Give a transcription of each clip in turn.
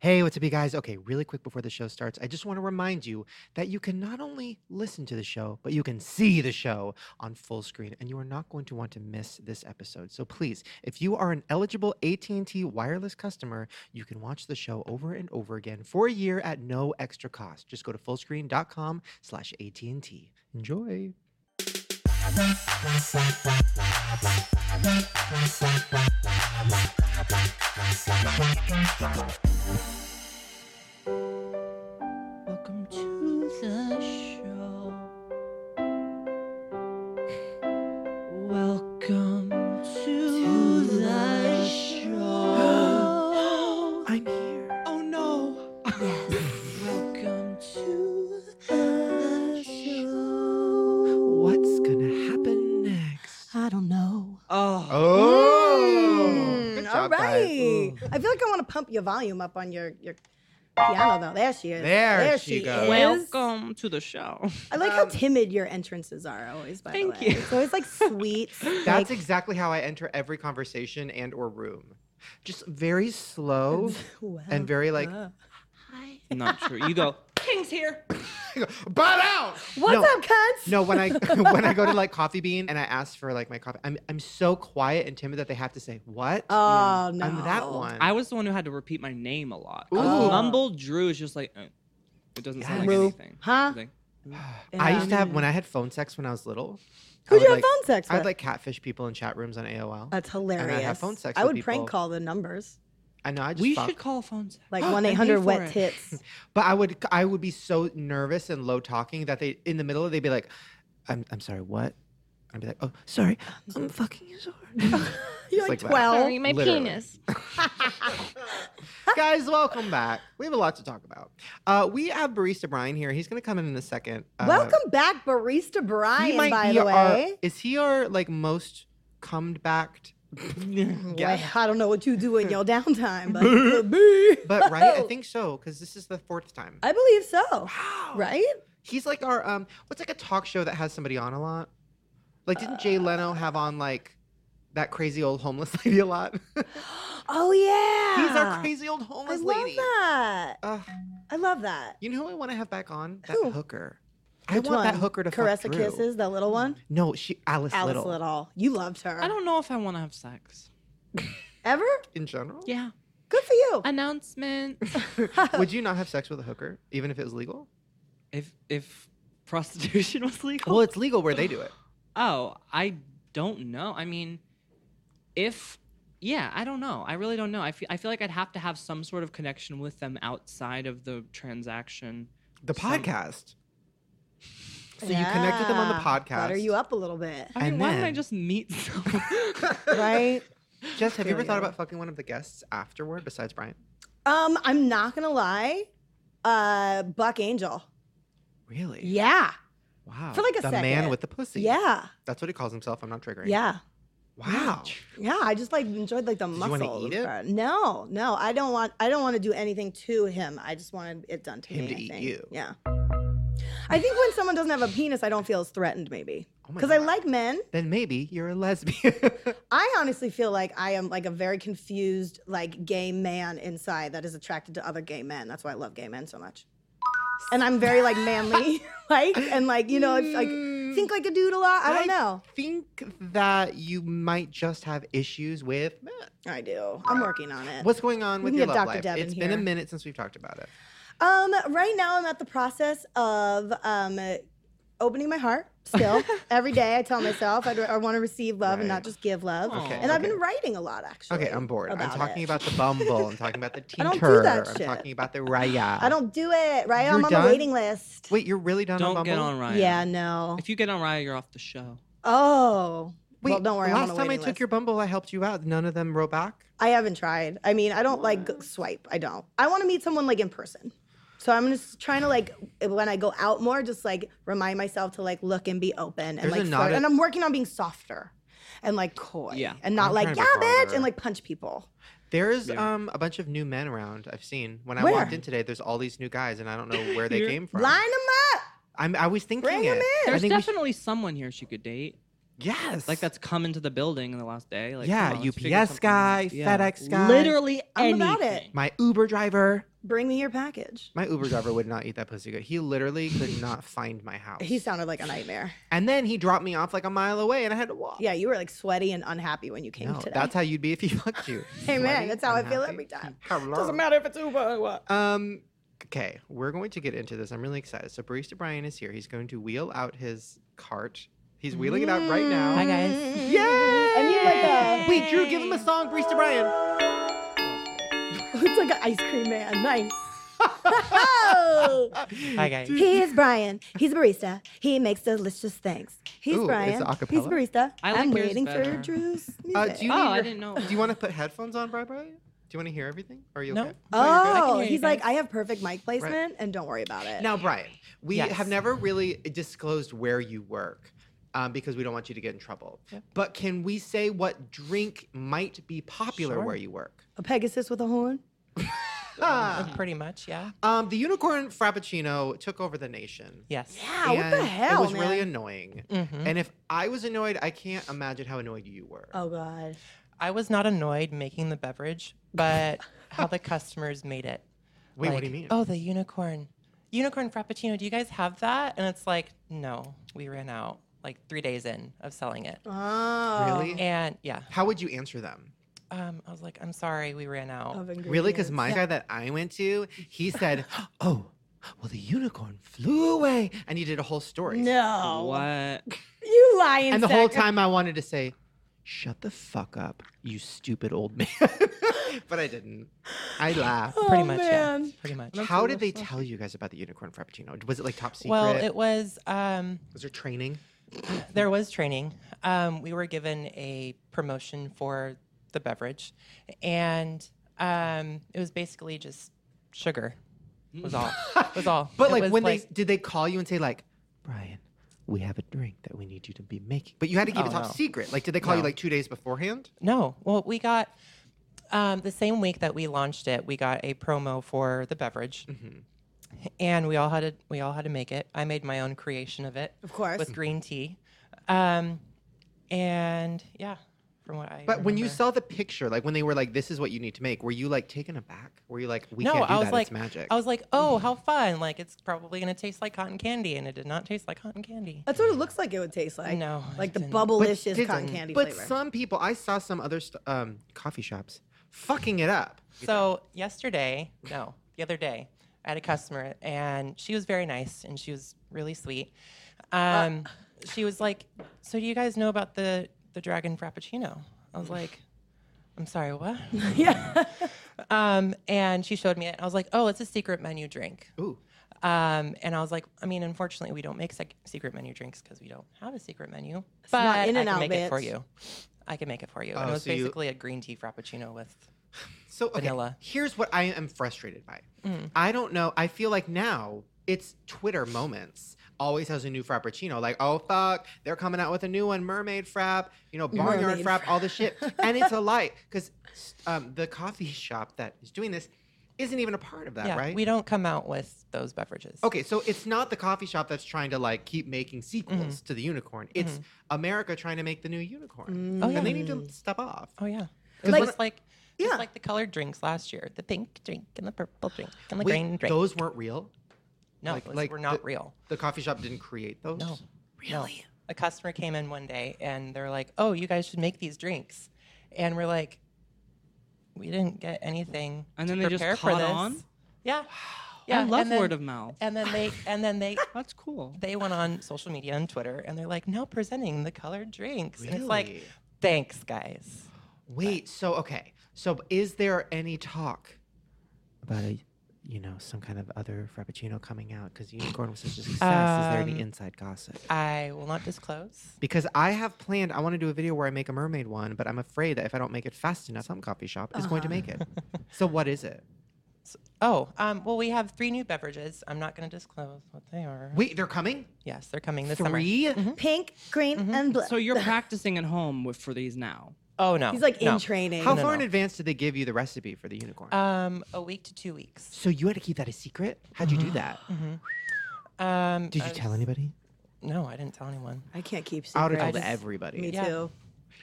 Hey, what's up, you guys? Okay, really quick before the show starts, I just want to remind you that you can not only listen to the show, but you can see the show on full screen, and you are not going to want to miss this episode. So please, if you are an eligible AT&T wireless customer, you can watch the show over and over again for a year at no extra cost. Just go to fullscreen.com slash AT&T. Enjoy. Welcome to the show. Welcome to the show. I'm here. Oh no. Welcome to the show. What's gonna happen next? I don't know. Oh. Oh, Mm, good all job, guys. right. Ooh. I feel like I want to pump your volume up on your your piano though. There she is. There she goes. is. Welcome to the show. I like how Um, timid your entrances are always. By Thank the way, you. It's always like sweet. That's like, exactly how I enter every conversation and or room. Just very slow. Well, and very, like- uh, Not true. You go. King's here. I go, Butt out. What's no, up, cunts? No, when I when I go to like Coffee Bean and I ask for like my coffee, I'm I'm so quiet and timid that they have to say what. Mm, Oh no. I'm that one. I was the one who had to repeat my name a lot. 'cause Ooh. Mumble Drew is just like, eh, it doesn't sound like Yes. anything. Huh? It's like, I Yeah. used to have when I had phone sex when I was little. I would, Who'd Um, you have like, phone sex Uh, I with? would like catfish people in chat rooms on AOL. That's hilarious. phone sex I with would prank people. call the numbers, I know I just we fuck. should call phones. like And Oh, pay one eight hundred for it. wet tits. but I would I would be so nervous and low talking that they in the middle of it, they'd be like, I'm I'm sorry, what? I'd be like, oh sorry, I'm fucking sorry. You're like like that. twelve. Sorry, my Literally. penis. Guys, welcome back. We have a lot to talk about. Uh, we have barista Brian here. He's gonna come in in a second. Uh, Welcome back, Barista he Brian. might By be the our- way, is he our like most cummed backed? Mm-hmm. Well, I don't know what you do in your downtime, but it could be. Oh, but right, I think so because this is the fourth time. I believe so. Wow. Right? He's like our um. What's like a talk show that has somebody on a lot? Like, didn't Uh. Jay Leno have on like that crazy old homeless lady a lot? Oh yeah. He's our crazy old I homeless love lady. that. Ugh. I love that. you know who I want to have back on? That Who? hooker. I Which want that one? hooker to fuck Caressa Drew. Kisses, the little one. No, she Alice, Alice Little. Little. You loved her. I don't know if I want to have sex. ever. in general. Yeah. Good for you. Announcement. Would you not have sex with a hooker even if it was legal? if if prostitution was legal. Well, it's legal where they do it. oh, I don't know. I mean, if yeah, I don't know. I really don't know. I feel I feel like I'd have to have some sort of connection with them outside of the transaction. The Some- podcast. So you connected them on the Yeah. podcast. Butter you up a little bit, I mean, And why don't I then- just meet someone? right? Jess, have you ever Period. thought about fucking one of the guests afterward besides Brian? um, I'm not gonna lie. Uh, Buck Angel. Really? Yeah. Wow. For like a the man second. with the pussy. Yeah. That's what he calls himself. I'm not triggering. Yeah. Wow. Yeah, I just like enjoyed like the you wanna muscle. eat it? No, no, I don't want. I don't want to do anything to him. I just wanted it done to Him me, to I eat think. you. Yeah. I think when someone doesn't have a penis, I don't feel as threatened, maybe, Oh my because I God. like men. Then maybe you're a lesbian. I honestly feel like I am like a very confused, like gay man inside that is attracted to other gay men. That's why I love gay men so much. And I'm very like manly, like and like you know, if, like Mm, think like a dude a lot. I don't I- know. think that you might just have issues with I do. I'm working on it. what's going on Uh, We with can your get love Dr. life. Devin It's been a here. minute since we've talked about it. Um, right now I'm at the process of um opening my heart still. Every day I tell myself I'd, I want to receive love and Right. not just give love. Okay, and I've okay. been writing a lot actually. Okay, I'm bored. I'm about talking it. about the Bumble. I'm talking about the I Tinter. don't do that I'm shit. talking about the Raya. I don't do it, right? I'm You're on done? the waiting list. Wait, you're really done don't on Bumble? get on Ryan. Yeah, no. If you get on Ryan, you're off the show. Oh. Wait, well, don't worry. I'm on Last a time I waiting took list. your Bumble, I helped you out. None of them wrote back. I haven't tried. I mean, I don't like g- swipe. I don't. I want to meet someone like in person. So I'm just trying to like when I go out more, just like remind myself to like look and be open and There's a like not flirt. a- and I'm working on being softer and like coy. Yeah. And not I'm like, trying yeah, to be bitch, harder. and like punch people. There's Yeah. um a bunch of new men around. I've seen when I Where? walked in today. There's all these new guys, and I don't know where they You're came from. Line them up. I'm, I was thinking Bring 'em it. I There's think we should- definitely someone here she could date. Yes. Like that's come into the building in the last day. Like, come yeah, on, let's figure UPS something out. guy, Yeah. FedEx guy. Literally I'm anything. about it. My Uber driver. Bring me your package. My Uber driver would not eat that pussy good. He literally could not find my house. He sounded like a nightmare. and then he dropped me off like a mile away and I had to walk. Yeah, you were like sweaty and unhappy when you came No, today. that's how you'd be if you fucked you. hey man, Sweaty, that's how I feel unhappy. every time. Hello. Doesn't matter if it's Uber or what. Um, okay, we're going to get into this. I'm really excited. So Barista Brian is here. He's going to wheel out his cart. He's wheeling it out right now. Hi, guys. Mm. Yay! And you like a Wait, Drew, give him a song, Barista Brian. it's like an ice cream man. Nice. Oh. Hi guys. He is Brian. He's a barista. He makes delicious things. He's Ooh, it's Brian. a He's a cappella? barista. I like am yours waiting better. for Drew's music. Uh, do you Oh, need I your- didn't know. Do you want to put headphones on, Brian? Brian? Do you want to hear everything? Are you No. okay? you're good. I can Oh, hear you he's like, guys. I have perfect mic placement, and don't worry about it. Now, Brian, we Yes. have never really disclosed where you work um, because we don't want you to get in trouble. Yep. But can we say what drink might be popular Sure. where you work? A Pegasus with a horn. Ah. Pretty much, yeah. Um, the unicorn frappuccino took over the nation. Yes. Yeah, Ah, what the and hell, It was really man? annoying. Mhm. And if I was annoyed, I can't imagine how annoyed you were. oh god. I was not annoyed making the beverage, but how the customers made it. Wait, what Like, do you mean? Oh, the unicorn. Unicorn Frappuccino, do you guys have that? And it's like, no, we ran out like three days in of selling it. Oh. Really? And yeah, How would you answer them? um, I was like, I'm sorry, we ran out. Of Really? Because ingredients. my guy that I went to, he said, "Oh, well, the unicorn flew away," and he did a whole story. No. What? You lying. And the whole sack of- time I wanted to say, "Shut the fuck up, you stupid old man," but I didn't. I laughed. Oh, pretty much, yeah. man. Pretty much. How did they tell you guys about the unicorn frappuccino? Was it like top secret? Well, it was um, was there training? There was training. Um, we were given a promotion for the beverage, and um, it was basically just sugar. Was all. Was all. Mm. But It like was when they did they call you and say like, Brian, we have a drink that we need you to be making. But you had to keep it Oh, top no. secret. Like did they call you No. like two days beforehand? no, well, we got um, the same week that we launched it. We got a promo for the Mm. beverage, and we all had to we all had to make it. I made my own creation of it Of course. with green tea, um, and yeah, from what I. But when you remember. saw the picture, like when they were like, "This is what you need to make," were you like taken aback? Were you like, "We no, can't do I was that. like, it's magic." I was like, oh, how fun! Like it's probably gonna taste like cotton candy, and it did not taste like cotton candy. That's what it looks like it would taste like. No, Like it the didn't. bubblicious did- cotton candy But flavor. some people, I saw some other st- um, coffee shops fucking it up. So yesterday, no, the other day, I had a customer, and she was very nice, and she was really sweet. Um, Uh. she was like, so do you guys know about the the dragon frappuccino? I was like, I'm sorry, what? yeah. um, and she showed me it. I was like, oh, it's a secret menu drink. Ooh, Um, and I was like, I mean, unfortunately, we don't make sec- secret menu drinks because we don't have a secret menu. but not I In-N-Out, can make it for bitch. you. I can make it for you. Oh, and it was so you- basically a green tea frappuccino with. so okay, Vanilla. Here's what I am frustrated by. Mm. I don't know. I feel like now it's Twitter moments. Always has a new frappuccino. Like, oh fuck, they're coming out with a new one, mermaid frap, you know, barnyard Mermaid frap, all this shit, and it's a lie because um, the coffee shop that is doing this isn't even a part of that, yeah, right? we don't come out with those beverages. Okay, so it's not the coffee shop that's trying to like keep making sequels Mm-hmm. to the unicorn. It's America trying to make the new unicorn. Oh, And they yeah. need to step off. Oh yeah. It 'Cause was when- just like, just Yeah. like the colored drinks last year, the pink drink and the purple drink and the Wait, green drink. those weren't real. no, like- those like were not the- real. The coffee shop didn't create those. No. Really? A customer came in one day and they're like, "Oh, you guys should make these drinks," and we're like, "We didn't get anything." And to then they just prepare for caught this." on? Yeah. I love and then- word of mouth. And then they and then they That's cool. they went on social media and Twitter and they're like, "Now presenting the colored drinks," and it's like, Really? "Thanks, guys." Wait, so okay. So is there any talk about a you know, some kind of other frappuccino coming out because unicorn was such a success. is there any Um, inside gossip? I will not disclose. Because I have planned, I want to do a video where I make a mermaid one, but I'm afraid that if I don't make it fast enough, some coffee shop is going to make it. so what is it? Oh, um, well, we have three new beverages. I'm not going to disclose what they are. Wait, they're coming? yes, they're coming this summer. Three? Pink, green, and blue. Mm-hmm. So you're practicing at home with, for these now. Oh no, He's like no. in training. How No, far in Uh, no. advance did they give you the recipe for the unicorn? Um, a week to two weeks. uh, so you had to keep that a secret? How'd you do that? Um, Did I you was- tell anybody? No, I didn't tell anyone. I can't keep I would secrets. have told just- everybody. Me Yeah. too.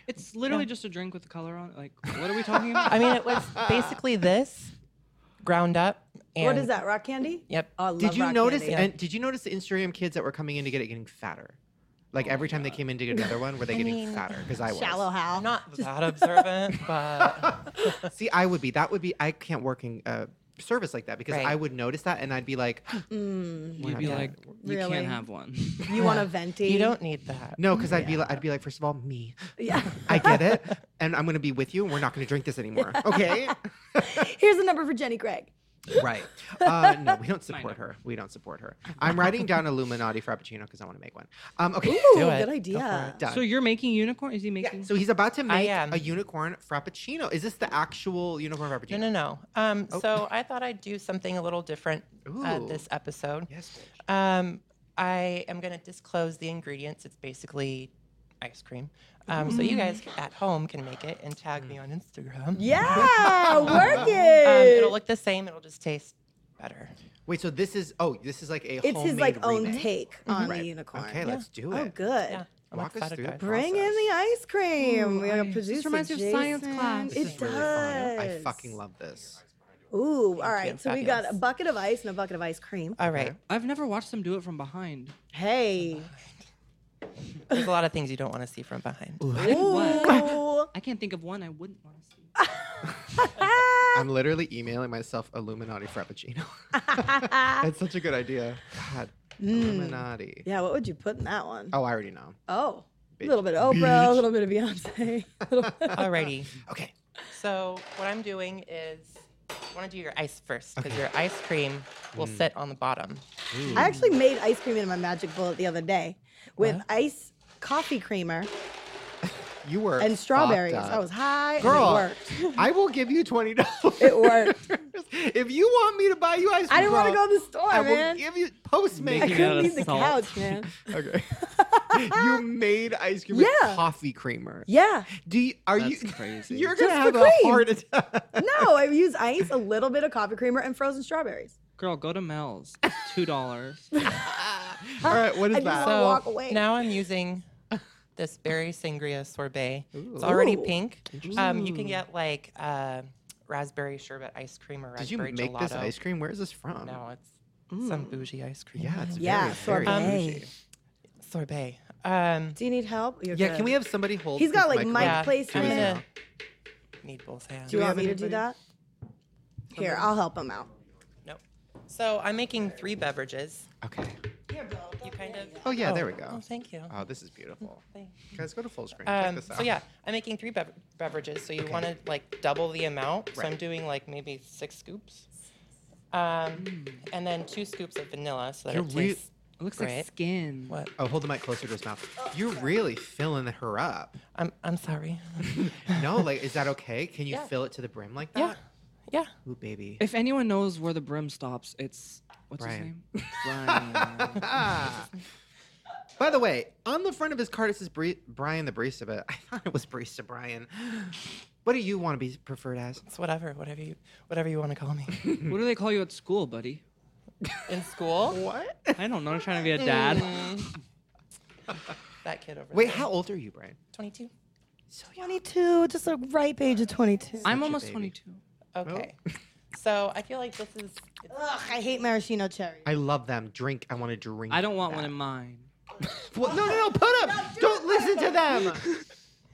It's literally just a drink with the color on. it. Like, what are we talking about? I mean, it was basically this ground up. And What is that? Rock candy? Yep. Oh, I love Did you rock notice? candy. And did you notice the Instagram kids that were coming in to get it getting fatter? Like every time they came in to get another one, were they I getting mean, fatter? Because I was. Shallow how? I'm not that observant, but See, I would be. That would be. I can't work in uh, service like that because Right. I would notice that and I'd be like, Mm, We're You'd not be doing like, it. you Really? can't have one. you want a venti? you don't need that. no, because I'd be like, I'd be like, first of all, me. Yeah. I get it, and I'm gonna be with you, and we're not gonna drink this anymore. Okay. Here's the number for Jenny Craig. right. Uh, no, we don't support number. her. We don't support her. I'm writing down Illuminati Frappuccino because I want to make one. Um, okay. Ooh, Do it. good Go idea. for Done. so you're making unicorn? Is he Yeah, making? so he's about to make am. a unicorn frappuccino. Is this the actual unicorn frappuccino? No, no, no. Um, So I thought I'd do something a little different uh, Oh. Ooh. this episode. Yes. bitch. Um, I am going to disclose the ingredients. It's basically ice cream. Um, so Mm. you guys at home can make it and tag Mm. me on Instagram. Yeah, work it. Um, it'll look the same. It'll just taste better. Wait, so this is oh, this is like a it's his like homemade own remake. take on Right. the unicorn. Okay, let's do it. Oh, good. Yeah. I'm Walk us excited, through it. guys. Bring in Process. the ice cream. we got I- a this producer. reminds me of science class. This it is does. really fun. I fucking love this. Ooh, all right. you. So we got a Fabulous. Uh, bucket of ice and a bucket of ice cream. All right. I've never watched them do it from behind. Hey. There's a lot of things you don't want to see from behind. Ooh. I can't think of one I wouldn't want to see. I'm literally emailing myself Illuminati Frappuccino. That's such a good idea. God, Illuminati. Hmm. yeah, what would you put in that one? Oh, I already know. Oh. A Bitch. little bit of Oprah, a little bit of Beyonce. Alrighty. Okay. So what I'm doing is I want to do your ice first because your ice cream will Mm. sit on the bottom. I actually made ice cream in my magic bullet the other day with ice coffee creamer You were and fucked strawberries. up. I was high. Girl. And it worked. I will give you twenty dollars. It worked. if you want me to buy you ice cream, I didn't want to girl, go to the store, I man. will give you I Making Postmates. it out couldn't of leave the salt. couch, man. Okay. you made ice cream Yeah. with coffee creamer. Yeah. Do you, are you? That's crazy. You're Just gonna have for a cream. heart attack. No, I use ice, a little bit of coffee creamer, and frozen strawberries. Mm. Girl, go to Mel's. Two dollars. All right, what I is just that? wanna- So walk away. now I'm using this berry sangria sorbet. It's already Ooh. pink. Um, you can get like uh, raspberry sherbet ice cream or Did you raspberry make gelato. this ice cream? Where is this from? No, it's some bougie ice cream. Yeah, it's Yeah, very, very sorbet. bougie. sorbet. Um, Do you need help? You're Yeah, can good. we have somebody hold? He's got, this like, mic mic up? yeah, placement. I'm gonna need both hands. Do you we want have me to do that? anybody? Here, I'll help him out. Nope. So I'm making three beverages. Okay. You kind of. Oh yeah, there we go. Oh, thank you. Oh, this is beautiful. Thank- Guys, go to full screen. Check Um, this out. so yeah, I'm making three bev- beverages. So you want to like double the amount. So I'm Right. doing like maybe six scoops, um, and then two scoops of vanilla. So that You're it re- tastes. It looks Right. like skin. What? Oh, hold the mic closer to his mouth. You're really filling her up. I'm I'm sorry. No, like, is that okay? Can you Yeah. fill it to the brim like yeah, that? yeah. Ooh, baby. If anyone knows where the brim stops, it's what's Brian. his name? Brian. Ah. By the way, on the front of his card it says Bri- Brian the Barista, but I thought it was Barista Brian. What do you want to be preferred as? It's whatever, whatever you, whatever you want to call me. what do they call you at school, buddy? In school, What? I don't know. I'm trying to be a dad. that kid over Wait, there. how old are you, Brian? 22. 22, just a ripe age of 22. I'm almost baby. 22. Oh. Okay. so I feel like this is. Ugh, I hate maraschino cherry. I love them. Drink. I want to drink. I don't want that. one in mine. Well, no, no, no. Put up. Don't listen to them.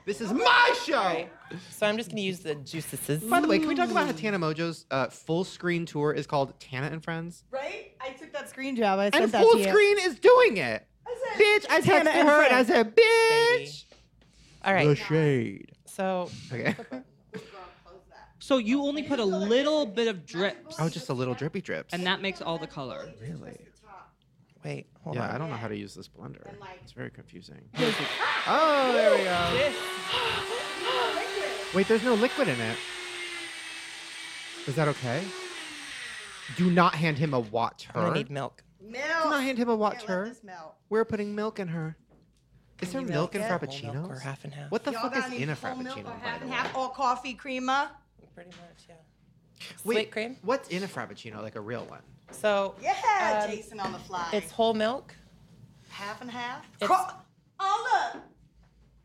This is my show. So I'm just gonna use the juices. By the way, can we talk about how Tana Mojo's uh, full screen tour is called Tana and Friends? Right? I took that screen job. I sent And that full to you. screen is doing it. I said, Bitch, I Tana texted and her and I Friends. said, Baby. bitch. All right. shade. So Okay. So you only put a little bit of drips, Oh, just a little drippy drips. and that makes all the color. really. wait, hold Yeah, on. I don't know how to use this blender. It's very confusing. oh, there we go. Wait, there's no liquid in it. Is that okay? Do not hand him a water. I'm gonna need milk. Do not Milk. hand him a Can't water. let this melt. We're putting milk in her. Is there milk, milk in it? Whole milk frappuccinos? or half and half? What the Y'all fuck got is any in a whole milk frappuccino? or by half the and way? half or coffee creamer? Pretty much, yeah. Wait, Slate cream. What's in a frappuccino? Like a real one? So Yeah, um, Jason on the fly. it's whole milk. half and half. It's- Oh look,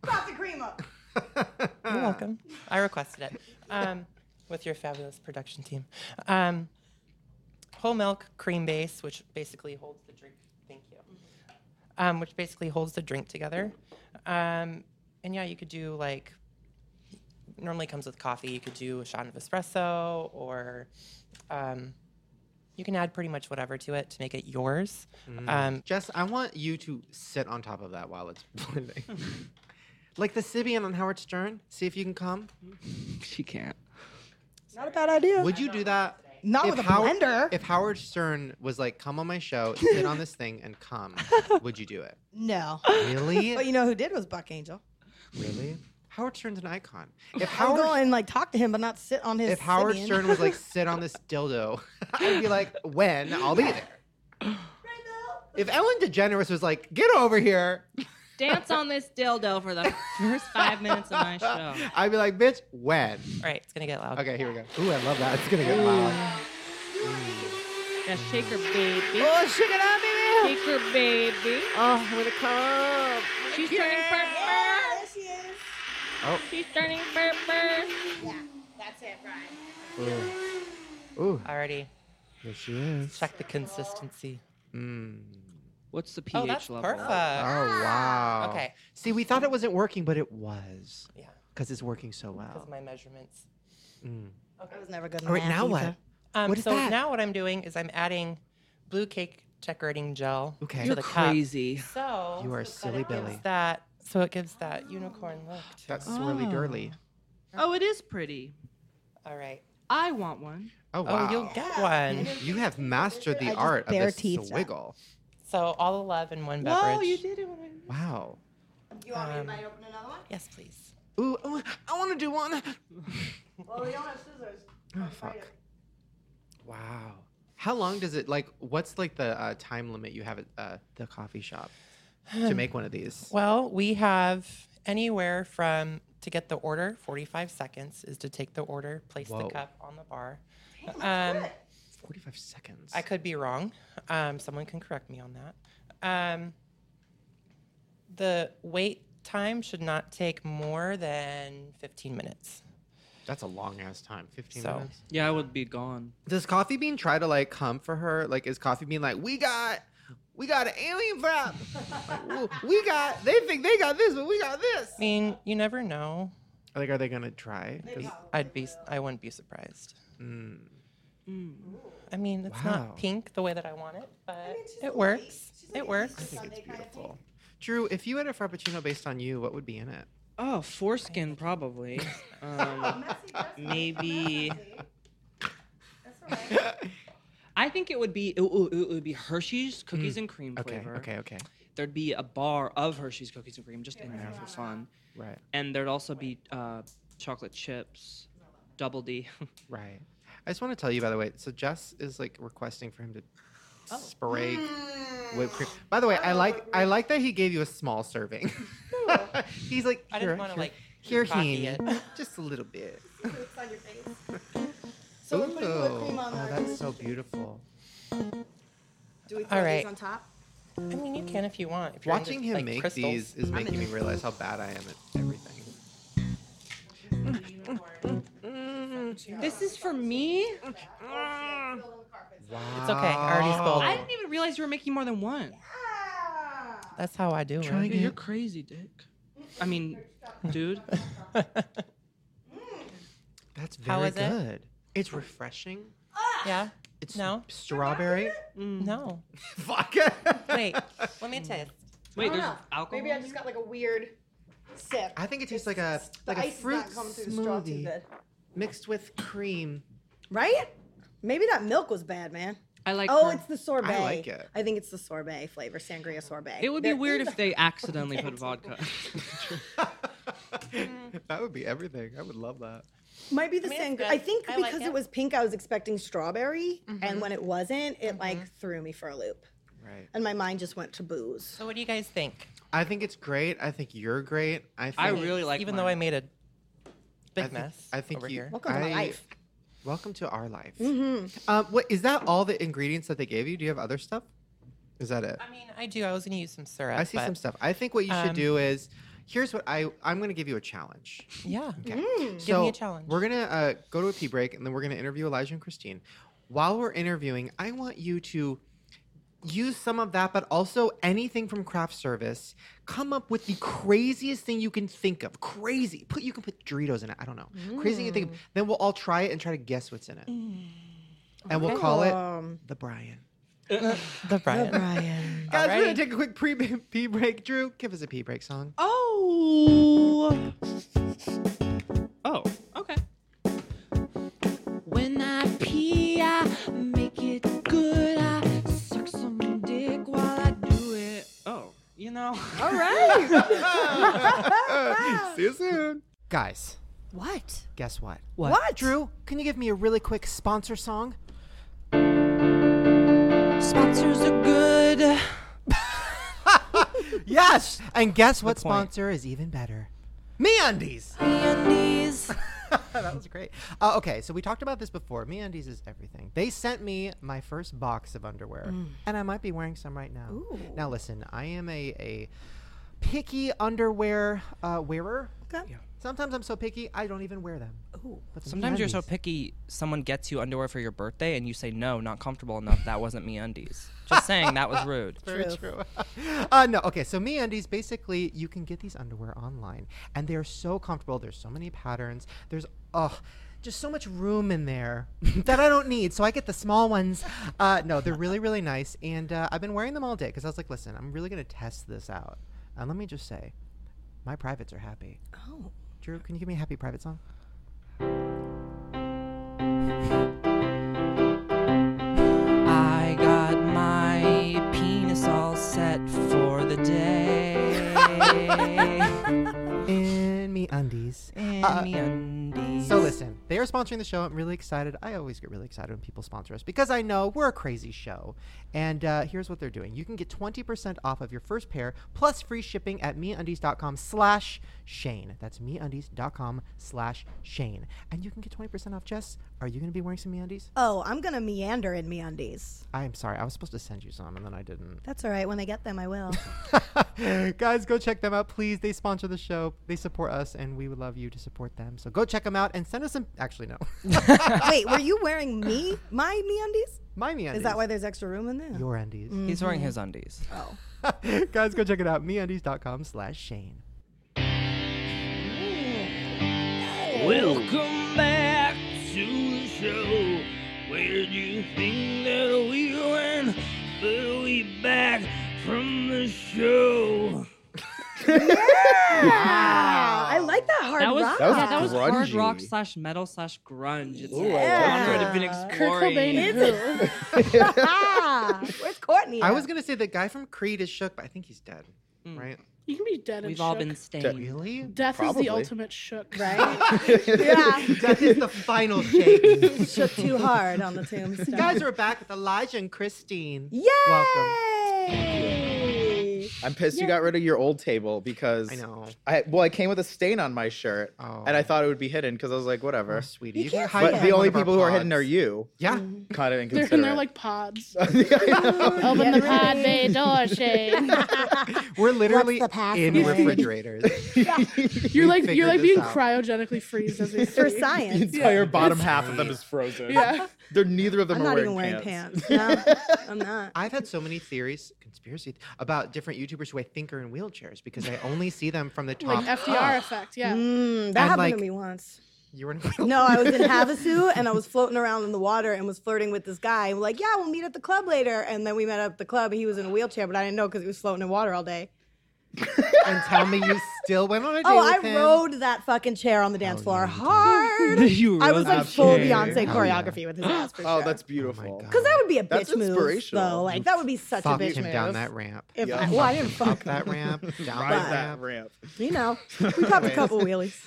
coffee creamer. You're welcome. Uh, I requested it um, with your fabulous production team. Um, whole milk cream base, which basically holds the drink. Thank you. Um, which basically holds the drink together. Um, and yeah, you could do like normally comes with coffee. You could do a shot of espresso, or um, you can add pretty much whatever to it to make it yours. Um, Jess, I want you to sit on top of that while it's blending. like the Sibian on Howard Stern. See if you can come. She can't. Not a bad idea. Would you do that? Not if with a Howard- blender. If Howard Stern was like, "Come on my show, sit on this thing, and come," would you do it? no. Really? But you know who did was Buck Angel. really? Howard Stern's an icon. If I'll go Howard, and like talk to him, but not sit on his. if Howard Sibian. Stern was like, "Sit on this dildo," I'd be like, "When? I'll be there." If Ellen DeGeneres was like, "Get over here," Dance on this dildo for the first five minutes of my show. I'd be like, "Bitch, when?" all right, it's gonna get loud. Okay, here we go. Ooh, I love that. It's gonna get loud. Now shake her baby. Oh, sugar up, baby. Shake her baby. Oh, I'm gonna come. She's turning purple. Yes, he is. Oh, She's turning purple. ooh. Ooh, Already there she is. check the consistency. Mm. What's the pH Oh, that's level? perfect. Oh, wow. Okay. See, we thought it wasn't working, but it was. Yeah. Because it's working so because well. my measurements. Mm. I was never good. in All right, math now what? either. Um, What is so that? now what I'm doing is I'm adding blue cake decorating gel Okay. to You're the crazy. cup. So You are so that silly it gives Billy. That so it gives that unicorn look. To That's it. swirly girly. Oh, it is pretty. All right. I want one. Oh, wow. Oh, you'll get one. You have mastered I the just art of bare this teethed up. swiggle. So all the love in one beverage. Whoa, you did it. When Wow. You want me to Um, might open another one? Yes, please. Ooh, ooh, I want to do one. Well, we don't have scissors. Oh, fuck. Wow. How long does it like? What's like the uh, time limit you have at uh, the coffee shop to make one of these? Well, we have anywhere from to get the order, 45 seconds is to take the order, place Whoa. the cup on the bar. that's um, good. Forty-five seconds. I could be wrong. Um, someone can correct me on that. Um, the wait time should not take more than 15 minutes. That's a long ass time. Fifteen So. minutes. Yeah, I would be gone. Does Coffee Bean try to like come for her? Like, is Coffee Bean like, we got, we got an alien prop. Like, "Ooh, we got. They think they got this, but we got this. I mean, you never know. Like, are they gonna try? 'Cause- I'd be, I wouldn't be surprised. Mm. Mm. I mean, it's Wow. not pink the way that I want it, but mean, she's it like- works. she's like It an I works. think it's Sunday kinda beautiful. Drew, if you had a frappuccino based on you, what would be in it? Oh, foreskin probably. Um, maybe. I think it would be it, would- it would be Hershey's cookies and cream Okay, flavor. okay, okay. There'd be a bar of Hershey's cookies and cream just in there for fun, Right, and there'd also be uh, chocolate chips, double D. right. I just want to tell you, by the way. So Jess is like requesting for him to Oh. spray Hmm. whipped cream. By the way, I like I like that he gave you a small serving. He's like, I here, didn't want to here, like here, copy Heen, it. just a little bit. It's on your face. So we're putting whipped cream on oh, there. that's so beautiful. Do we put All these right. on top? I mean, you can if you want. If you're into, Watching him like, make crystals. these is making me realize how bad I am at everything. This is for me. Wow. It's okay. I already spilled. I didn't even realize you were making more than one. That's how I do it. Trying Dude, you're crazy, Dick. I mean, dude. That's How very is it? good. It's refreshing. yeah. It's No. strawberry. Mm. No. Vodka. Wait. Let me taste. Wait, I don't there's know. alcohol. Maybe I just got like a weird sip. I think it tastes like a the like a ice fruit is not coming through the straw too smoothie good. mixed with cream. Right? Maybe that milk was bad, man. I like. Oh, her. it's the sorbet. I like it. I think it's the sorbet flavor, sangria sorbet. It would be There weird is if they accidentally put vodka. that would be everything. I would love that. a- might be the I mean, it's sangria. good. I think I like because it. it. Mm-hmm. was pink, I was expecting strawberry, and when it wasn't, it like threw me for a loop, Right. and my mind just went to booze. So what do you guys think? I think it's great. I think you're great. I think I really like. Even though I mine. made a big I think- mess. I think over you- here. Welcome to my I- life. Mm. Uh, Mm-hmm. Welcome to our life. Um, what is that? All the ingredients that they gave you? Do you have other stuff? Is that it? I mean, I do. I was gonna use some syrup. I see but- some stuff. I think what you should um, do is here's what I I'm going to give you a challenge. Yeah. Okay. Mm. Give me a challenge. We're gonna uh, go to a pee break, and then we're gonna interview Elijah and Christine. While we're interviewing, I want you to use some of that, but also anything from craft service. Come up with the craziest thing you can think of. Crazy. Put you can put Doritos in it. I don't know. Crazy thing you Mm. think of. Then we'll all try it and try to guess what's in it, and we'll call it Um, the Brian. The Brian. Brian. Guys, we're gonna Alrighty. take a quick pre- pee break. Drew, give us a pee break song. Oh. Oh, okay. When I pee, I make it good. I suck some dick while I do it. Oh, you know. All right. See you soon, guys. Oh. what? Guess what? What? What? Drew, can you give me a really quick sponsor song? Sponsors are good. Yes. And guess what point. sponsor is even better? MeUndies. Andy's. that was great. Uh, okay, so we talked about this before. MeUndies is everything. They sent me my first box of underwear, Mm. and I might be wearing some right now. Now listen, I am a a picky underwear uh, wearer. Okay. Yeah. Sometimes I'm so picky I don't even wear them. Ooh. But the Sometimes you're so MeUndies- picky, someone gets you underwear for your birthday and you say, no, not comfortable enough. That wasn't me undies. Just saying, that was rude. Very true. uh, no, okay. So MeUndies, basically, you can get these underwear online, and they are so comfortable. There's so many patterns. There's oh, just so much room in there that I don't need. So I get the small ones. Uh, no, they're really, really nice, and uh, I've been wearing them all day because I was like, listen, I'm really gonna test this out. And let me just say, my privates are happy. Oh. Drew, can you give me a happy private song? I got my penis all set for the day. In me undies. and Uh, me undies. Mm-hmm. So listen, they are sponsoring the show. I'm really excited. I always get really excited when people sponsor us because I know we're a crazy show. And uh, here's what they're doing: you can get 20% off of your first pair plus free shipping at meundies.com/slash Shane. That's meundies.com/slash Shane, and you can get 20% off. Jess, are you going to be wearing some meundies? Oh, I'm gonna meander in meundies. I'm sorry, I was supposed to send you some, and then I didn't. That's all right. When I get them, I will. Guys, go check them out, please. They sponsor the show. They support us, and we would love you to support them. So go check them out and send us some. Actually, no, Wait, were you wearing me my meundies? my meundies. Is that why there's extra room in there? Your undies. He's wearing his undies. oh. Guys, go check it out. MeUndies.com slash Shane. Welcome back to the show. Where do you think that we went? But we back from the show. Wow, I like that hard That was, rock. That was yeah, that was hard grungy. rock slash metal slash grunge. It's Ooh, I Yeah. genre to been exploring. Is it? Where's Courtney? I at? was going to say the guy from Creed is shook, but I think he's dead, Mm. right? You can be dead and We've all shook. been stained. Really? Death is Probably. the ultimate shook. right. yeah. Death is the final shake. Shook too hard on the tombstone. Guys, we're back with Elijah and Christine. Yay! I'm pissed you got rid of your old table because I know. I well, I came with a stain on my shirt, Oh. and I thought it would be hidden because I was like, Oh, whatever. sweetie. You can can't hide say it But in the one only of our people who are hidden pods. are you. Yeah. Kind of They're, and inconsiderate. they're like pods. Get Open the pod ready. bay door, Shane. We're literally the password? in refrigerators. You're like figured you're like this being out. cryogenically freezed as we For speak. the science. entire bottom half of them is frozen. Yeah. They're neither of them I'm are not wearing even wearing pants. pants. No, I'm not. I've had so many theories, conspiracy, th- about different YouTubers who I think are in wheelchairs because I only see them from the top. Like FDR effect, yeah. Mm, And, that happened like- to me once. You were in a wheelchair. No, I was in Havasu and I was floating around in the water and was flirting with this guy. And we're like, yeah, we'll meet at the club later. And then we met at the club. He was in a wheelchair, but I didn't know because he was floating in water all day. and tell me you still went on a date Oh, with I him. rode that fucking chair on the dance Oh, floor yeah, you did. hard. You I was rode like that full chair. Beyonce yeah. choreography with his ass for Oh, sure. that's beautiful. God. because that would be a bitch That's move though. inspirational. Like that would be such Fuck a bitch him move. down that ramp. If Yeah. I, well, I didn't fuck Up that ramp, down Ride that that ramp. ramp. You know, we popped a couple wheelies.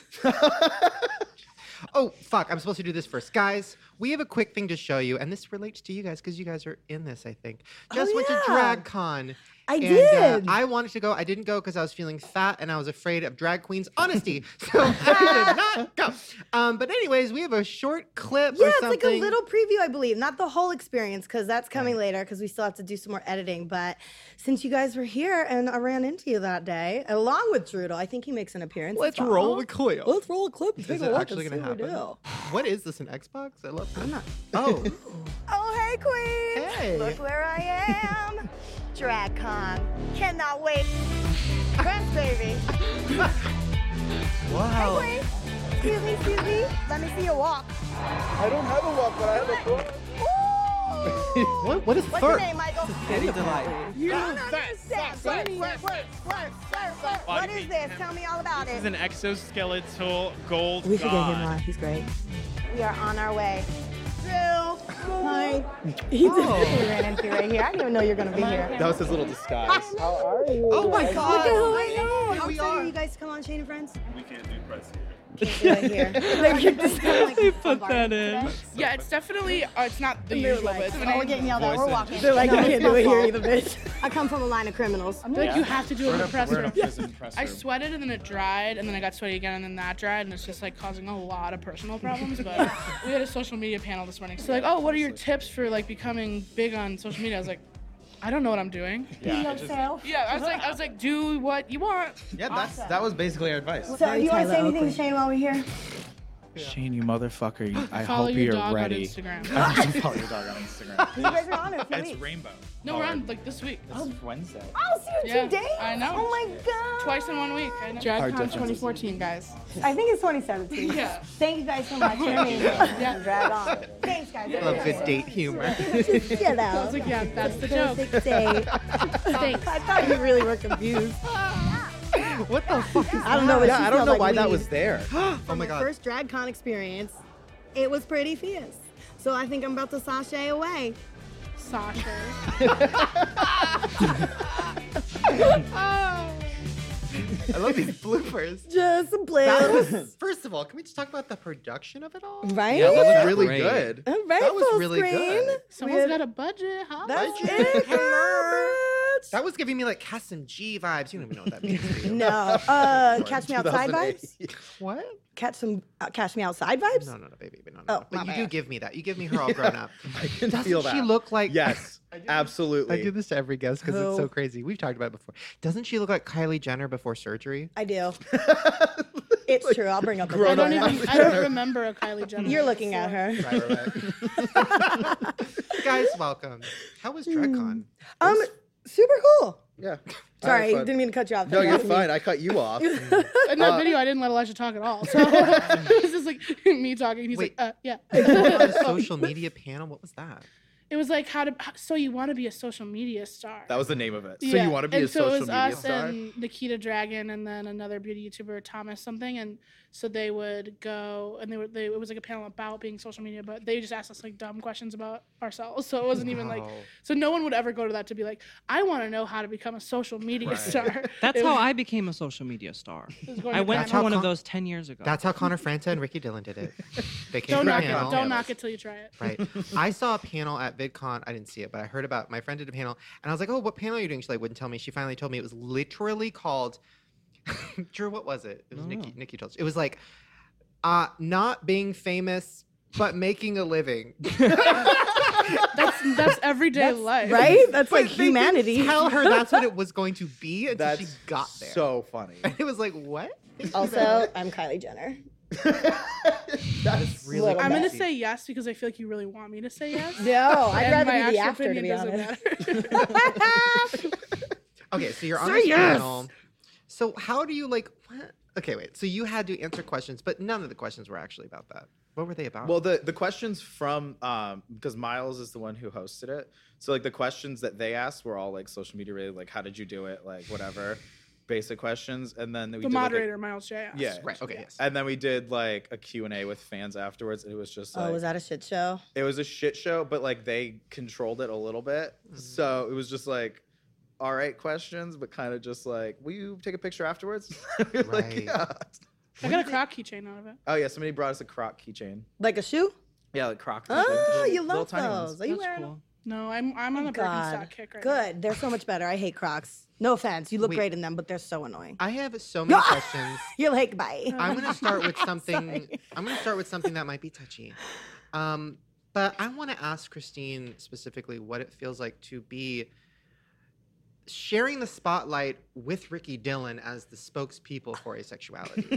Oh, fuck. I'm supposed to do this first. Guys, we have a quick thing to show you, and this relates to you guys because you guys are in this, I think. Oh, Just went to yeah. DragCon, I and, uh, did. I wanted to go. I didn't go because I was feeling fat and I was afraid of drag queens' honesty. so I did not go. Um, but anyways, we have a short clip. Yeah, or it's something. like a little preview, I believe. Not the whole experience, because that's coming later, because we still have to do some more editing. But since you guys were here and I ran into you that day, along with Drudel, I think he makes an appearance. as well. clip. Let's roll a clip. and Take Is a it look actually and see going to what we happen? do. What is this? An Xbox? I love. I'm not. Oh, Oh, hey, Queen. Hey. Look where I am. DragCon. Cannot wait. Friends, baby. wow. Hey, Queen. Excuse me, excuse me. Let me see your walk. I don't have a walk, but I have a throw. Ooh. What? What is What's your third? name, Michael? City delight. You don't understand. What is this? What is this? Tell me all about This is it. an exoskeletal gold We should get him god. on. He's great. We are on our way. Drew. Hi. He Oh. ran into you right here. I didn't even know you were going to be here. That was his little disguise. Oh my Look at who God. I know. How we excited are. are you guys to come on Chain of Friends? We can't do press here. Can't do it here. They kicked us out, like, They put bombarded that in. today. Yeah, it's definitely uh, it's not They the were usual. like, Like, it's oh, we're getting yelled at. We're walking. They're like, no, you it's can't my do it here fault. either, bitch. I come from a line of criminals. I feel like you have to do a We're in a compressor. prison press I room. sweated and then it dried and then I got sweaty again and then that dried and it's just like causing a lot of personal problems. But we had a social media panel this morning. So like, oh, what are your tips for like becoming big on social media? I was like, I don't know what I'm doing. Yeah, it just- Yeah, I was like, I was like, do what you want. yeah, that's that was basically our advice. So, you want to say anything to Shane while we're here? Shane, you motherfucker. you- I Follow hope your you're dog on ready. Instagram. I hope you follow your dog on Instagram. You guys are on it. for It's me. rainbow. No, we're on like this week. It's Wednesday. Oh, so you're Yeah, two days? I know. Oh my god. Twice in one week. I know. DragCon Our differences. 2014, guys. I think it's 2017. Yeah. Thank you guys so much. Your name. Drag on. Thanks, guys. I love good date humor. You I was know. like, yeah, that's the joke. Perfect date. Thanks. I thought you really were confused. what the fuck is? I don't know. but Yeah, she I don't felt know like why that we- was there. Oh from my my God. first drag con experience, it was pretty fierce. So I think I'm about to sashay away. Soccer. I love these bloopers. Just a That blitz. was, first of all, can we just talk about the production of it all? Right? Yeah, that was really Great. good. All right, that was full really screen. good. Someone's got a budget, huh? That's Budget. it. Hello, That was giving me like Kasim G vibes. You don't even know what that means. bitch. do you? No. Uh, catch me outside 2008. vibes? What? Catch some uh, catch me outside vibes? No, no, no, baby, baby, no, no. Oh, no. but my you do bad. give me that. You give me her all grown up. I can Doesn't feel that. she look like? Yes, absolutely. I do this to every guest because it's so Who? crazy. We've talked about it before. Doesn't she look like Kylie Jenner before surgery? I do. It's true. I'll bring up the I Grown don't up. even. I don't remember a Kylie Jenner. You're looking at her. Right, right, right. Guys, welcome. How was DragCon? Um, super cool. Yeah. Sorry, All right, fine. didn't mean to cut you off. No, Thank you're God. fine. I cut you off. Mm. In that Uh, video, I didn't let Elijah talk at all. So it was just like me talking. and He's Wait. like, uh, yeah. On a social media panel, what was that? It was like how to. So you want to be a social media star? That was the name of it. So Yeah, you want to be and a so social it was media us star? and Nikita Dragon and then another beauty YouTuber Thomas something and so they would go and they were they, it was like a panel about being social media but they just asked us like dumb questions about ourselves so it wasn't even like Wow. so no one would ever go to that to be like I want to know how to become a social media Right. star That's It how was- I became a social media star. it was going I to That's went That's to how one of con- those 10 years ago. That's how Connor Franta and Ricky Dillon did it. They came don't to a knock it panel. don't knock it till you try it Right. I saw a panel at VidCon. I didn't see it, but I heard about my friend did a panel and I was like, Oh, what panel are you doing? She like wouldn't tell me. She finally told me it was literally called Drew, what was it? It was I don't Nikki Oh. know. Nikki told us. It was like uh not being famous but making a living. that's that's everyday life Right? That's like But they didn't humanity. Tell her that's what it was going to be until That's she got there. so funny. it was like, what? Also, I'm Kylie Jenner. That's really so I'm gonna messy. say yes because I feel like you really want me to say yes No, I'd And rather my be the actual after, to opinion be doesn't honest. matter. Okay, so you're on Say this yes. panel. So how do you like what? Okay, wait. So you had to answer questions, but none of the questions were actually about that. What were they about? Well, the the questions from um because Miles is the one who hosted it, so like the questions that they asked were all like social media related, like how did you do it, like whatever, basic questions, and then we the did, like, a- moderator Miles J asked. yeah, right. Okay, yes. And then we did like a Q and A with fans afterwards. and It was just like Oh, was that a shit show? it was a shit show, but like they controlled it a little bit. So it was just like, all right, questions, but kind of just like, will you take a picture afterwards? We were Right. like, yeah. I got a croc keychain out of it. Oh yeah, somebody brought us a Croc keychain. Like a shoe? Yeah, like Croc. Oh, you Little love tiny ones. those. Are you That's wearing cool. No, I'm I'm on the Birkenstock God. kick right now. Good. They're so much better. I hate Crocs. No offense. You look Wait. great in them, but they're so annoying. I have so many questions. You're like, Oh bye. I'm gonna start with something. I'm gonna start with something that might be touchy, um, but I want to ask Christine specifically what it feels like to be sharing the spotlight with Ricky Dillon as the spokespeople for asexuality.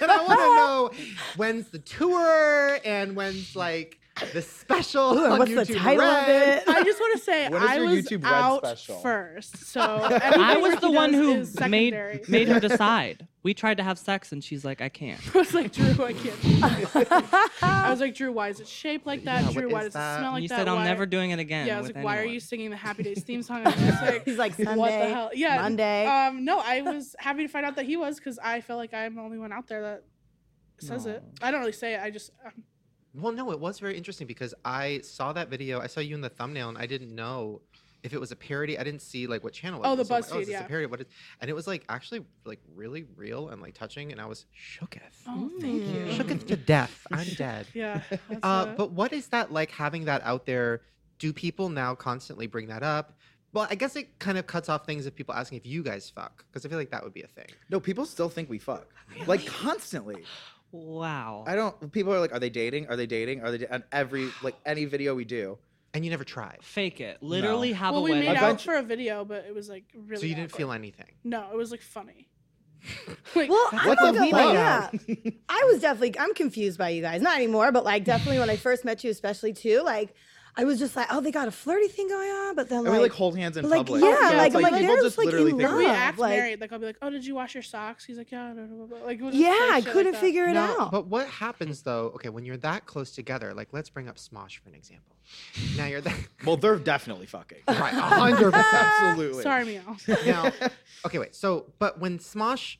and I want to know when's the tour and when's like the special Ooh, and on what's YouTube the title Red. of it? I just want to say What is I your was YouTube Red out special? first, so I everything was Ricky the one does who is made secondary. made her decide. We tried to have sex, and she's like, "I can't." I was like, Drew, I can't. do this." I was like, Drew, why is it shaped like that? Yeah, what Drew, why is does that? it smell and like you that? said, "I'm Why- never doing it again." Yeah, I was with like, why are anyone." you singing the Happy Days theme song? I was just like, He's like, Sunday. what the hell? Yeah, Monday. Um, no, I was happy to find out that he was because I feel like I'm the only one out there that says it. I don't really say it. I just um, Well, no, it was very interesting because I saw that video. I saw you in the thumbnail, and I didn't know if it was a parody. I didn't see like what channel. It Oh, the was. So I'm like, oh, BuzzFeed, is this yeah. a parody? What is? And it was like actually like really real and like touching, and I was shooketh, oh, thank you. shooketh to death. I'm dead. Yeah. that's, Hmm. Uh, but what is that like having that out there? Do people now constantly bring that up? Well, I guess it kind of cuts off things of people asking if you guys fuck, because I feel like that would be a thing. No, people still think we fuck. Like constantly. Wow. I don't people are like, are they dating? Are they dating? Are they da-? on every like any video we do? And you never tried, Fake it. Literally have well, a we wedding. made A out bunch- for a video, but it was like really. so you didn't awkward. feel anything. No, it was like funny. like, Well, I What don't the know, fuck? like, yeah. I was definitely I'm confused by you guys. Not anymore, but like definitely when I first met you, especially too, like I was just like, oh, they got a flirty thing going on, but then And like, we like hold hands in like, public. yeah, it's like, I'm like, people they're just just, like, literally in think we we Oh, love. act like- married. Like I'll be like, "Oh, did you wash your socks?" He's like, "Yeah." Blah, blah, blah. Like, we'll just yeah, say I shit like couldn't that. figure it No, out. But what happens though? Okay, when you're that close together, like let's bring up Smosh for an example. Now you're that Well, they're definitely fucking. right, a hundred percent. Absolutely. Sorry, meow. Now, okay, wait. So, but when Smosh,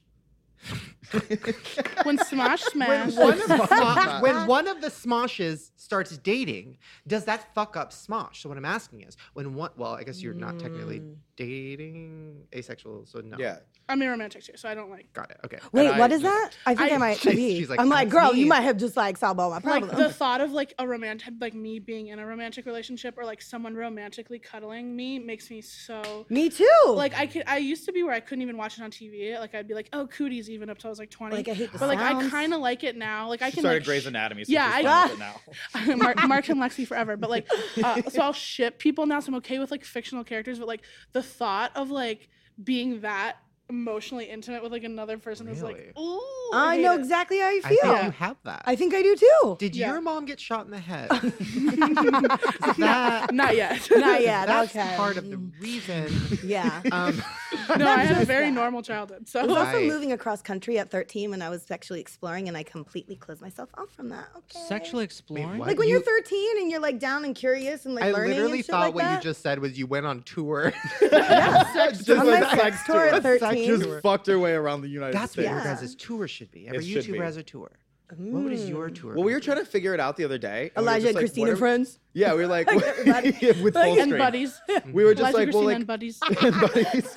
when Smosh when smashed, one of Smosh, when one of the Smoshes starts dating, does that fuck up Smosh? So what I'm asking is, when one, well, I guess you're not technically Mm. dating asexual, so no. Yeah. I'm in romantic too, so I don't like. Got it. Okay. Wait, and I what is just- that? I think I, I- might She's- be. she's like, I'm like, "That's girl, me." you might have just like solved all my Like problems. the thought of like a romantic, like me being in a romantic relationship or like someone romantically cuddling me makes me so me too. like I could. I used to be where I couldn't even watch it on TV. Like I'd be like, oh, cooties, even up till I was like 20. Like, I hate the but like I sounds. kind of like it now. Like I She can. started like, Grey's Anatomy. So Yeah, she's I- done with it now. Mark, Mark and Lexi forever. But like, uh, so I'll ship people now. So I'm okay with like fictional characters, but like the thought of like being that emotionally intimate with like another person was like, ooh, I hate know it. exactly how you I feel. think you have that. I think I do too. Did Yeah. your mom get shot in the head? Is that, Not yet. Not yet. that's okay. part of the Mm, reason. Yeah. Um, no, I had a just very that. normal childhood. So I was also Right. moving across country at 13 when I was sexually exploring, and I completely closed myself off from that. Okay. Sexually exploring. what? Like when you, uh, You- are 13 and you're like down and curious and like I learning literally and shit thought like what that. you just said was you went on tour. Just tour. went Unless sex sex tour at tour. 13. Just fucked her way around the United That's what States. your Yeah. guys' tour should be. Every should YouTuber be. has a tour. What is your tour? Well, we were gonna trying be? to figure it out the other day. and we were Elijah just and like, Christina what are- friends. Yeah, we were like, Everybody. with full and screen. buddies, We were just Elijah, like, Christina, well, like, and buddies. and buddies.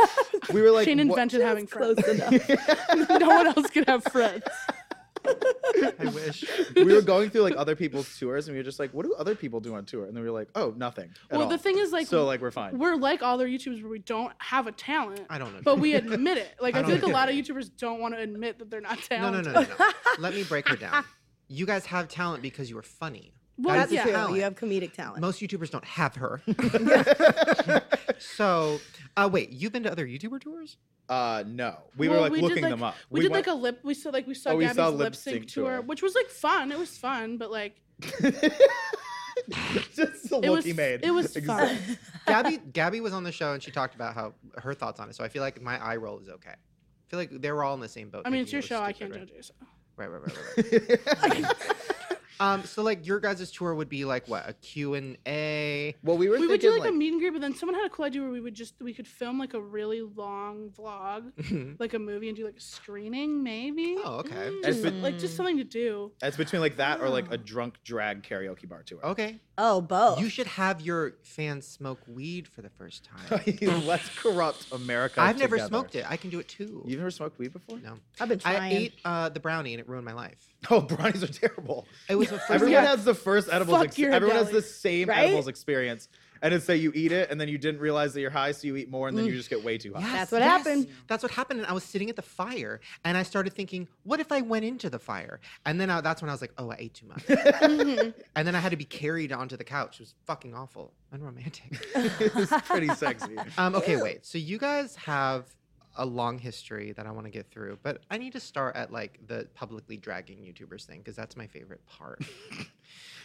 We were like, Shane what- invented having Close friends. enough. no one else could have friends. I wish. we were going through like other people's tours, and we were just like, what do other people do on tour? And then we were like, oh, nothing. at Well, the all. thing is, like, so like we're fine. We're like all their YouTubers where we don't have a talent. I don't know. But we admit it. Like I I, don't feel like a admit lot of it. YouTubers don't want to admit that they're not no, no, talented. no, no, no. Let me break her down. You guys have talent because you are funny. Well, That That's is yeah. true. talent. You have comedic talent. Most YouTubers don't have her. so, uh, wait, you've been to other YouTuber tours? uh, no, we Well, were like did, looking them up. We, did went- like a lip. We saw like we saw Oh, we Gabby's saw lip sync tour, which was like fun. It was fun, but like just the it look was he made. it was Exactly. fun. Gabby, Gabby was on the show and she talked about how her thoughts on it. So I feel like my eye roll is okay. I feel like they were all in the same boat. I mean, thinking it's your it was show. I stupid, right? can't judge you. So. Right, right, right, right. right. um, so like your guys' tour would be like what a Q and A. Well, we were We would thinking do like, like a meet and greet, but then someone had a cool idea where we would just we could film like a really long vlog, Mm-hmm. like a movie, and do like a screening maybe. Oh, okay. It's Just, like just something to do. It's between like that or like a drunk drag karaoke bar tour. Okay, Oh, both. You should have your fans smoke weed for the first time. Oh, Let's corrupt America. I've never together. smoked it. I can do it too. You've never smoked weed before? no. I've been I trying. ate uh, the brownie and it ruined my life. Oh, brownies are terrible. It was the first Everyone time- has the first edibles. Fuck ex- your everyone has deli. the same Right? edibles experience, and it's that you eat it, and then you didn't realize that you're high, so you eat more, and Mm. then you just get way too high. Yes, That's what yes. happened. That's what happened. And I was sitting at the fire and I started thinking, what if I went into the fire? And then I, that's when I was like, oh, I ate too much. and then I had to be carried onto the couch. It was fucking awful, unromantic. it's pretty sexy. um, okay, wait. So you guys have a long history that I want to get through, but I need to start at like the publicly dragging YouTubers thing because that's my favorite part.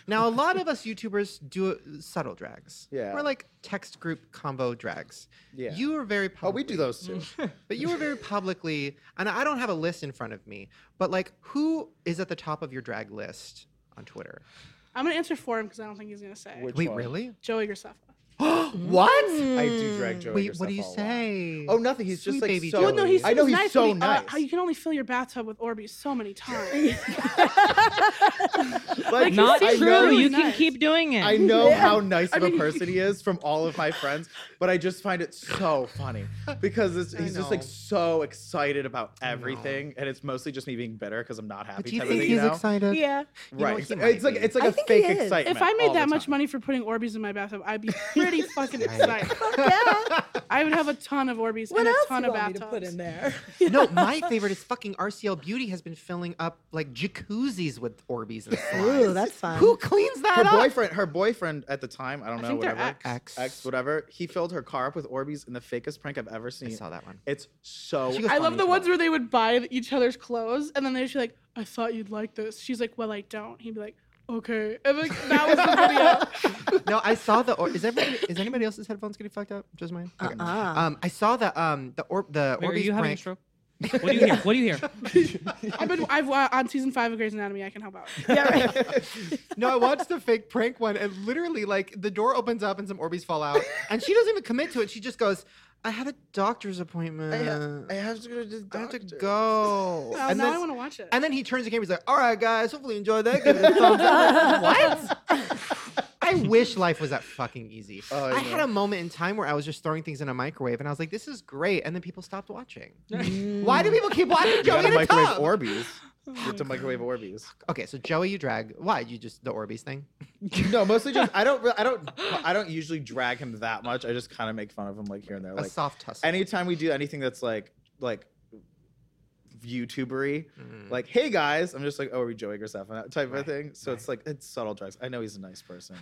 now, a lot of us YouTubers do uh, subtle drags. Yeah. We're like text group combo drags. Yeah. You are very Oh, we publicly- do those too. but you were very publicly, and I don't have a list in front of me, but like, who is at the top of your drag list on Twitter? I'm gonna answer for him because I don't think he's gonna say. Which Wait, one? really? Joey Graceffa. what? I do drag Joey. Wait, what do Graceffa you a lot. say? Oh, nothing. He's just Sweet like baby so. Well, no, he's- I know he's nice, but so he- uh, nice. how you can only fill your bathtub with Orbeez so many times. like, Not I he's true. know- really you can nice. keep doing it. I know how nice of a person he is from all of my friends, but I just find it so funny because it's, I he's just like know. so excited about everything, and it's mostly just me being bitter because I'm not happy. But do you type think of thing, he's know? excited? yeah. You know, Right? he it's- might it's like be. it's like I a think he fake is. If excitement. If I all made the that much time. money for putting Orbeez in my bathtub, I'd be pretty fucking excited. yeah. I would have a ton of Orbeez What and a else ton you of want me bathtubs. to put in there? no, my favorite is fucking RCL Beauty has been filling up like jacuzzis with Orbeez and slimes. Ooh, that's fun. Who cleans that her up? boyfriend, her boyfriend at the time, I don't I know, think they're whatever, ex. ex, whatever. He filled her car up with Orbeez in the fakest prank I've ever I seen. saw that one. It's so. She goes, I funny love the as ones well. where they would buy each other's clothes, and then they'd be like, "I thought you'd like this." She's like, "Well, I don't." He'd be like, "Okay," and like that was the video. no, I saw the. Or- is everybody? Is anybody else's headphones getting fucked up? Just mine. Okay. Uh-uh. Um, I saw the um the or- the Wait, are Orbeez you having a prank. stroke? What do you hear? What do you hear? I've been I've uh, on season five of Grey's Anatomy. I can help out. No, I watched the fake prank one, and literally, like, the door opens up and some Orbeez fall out, and she doesn't even commit to it. She just goes, "I have a doctor's appointment. I, I have to go to the have to doctor. go." Well, and, now then, I want to watch it. and then he turns the camera. He's like, "All right, guys, hopefully you enjoyed that. Give it a thumbs up." what? I wish life was that fucking easy. Oh, I I had know. a moment in time where I was just throwing things in a microwave, and I was like, "This is great," and then people stopped watching. Mm. Why do people keep watching You gotta Joey in a microwave tub? Orbeez. You have Oh to microwave Orbeez. okay, so Joey, you drag. Why you just the Orbeez thing? No, mostly just I don't re- I don't I don't usually drag him that much. I just kind of make fun of him like here and there. a Like soft tussle. anytime we do anything that's like like YouTubery, like hey guys, I'm just like oh are we Joey Graceffa that type Mm. Right, of thing. So it's like it's subtle drugs. I know he's a nice person.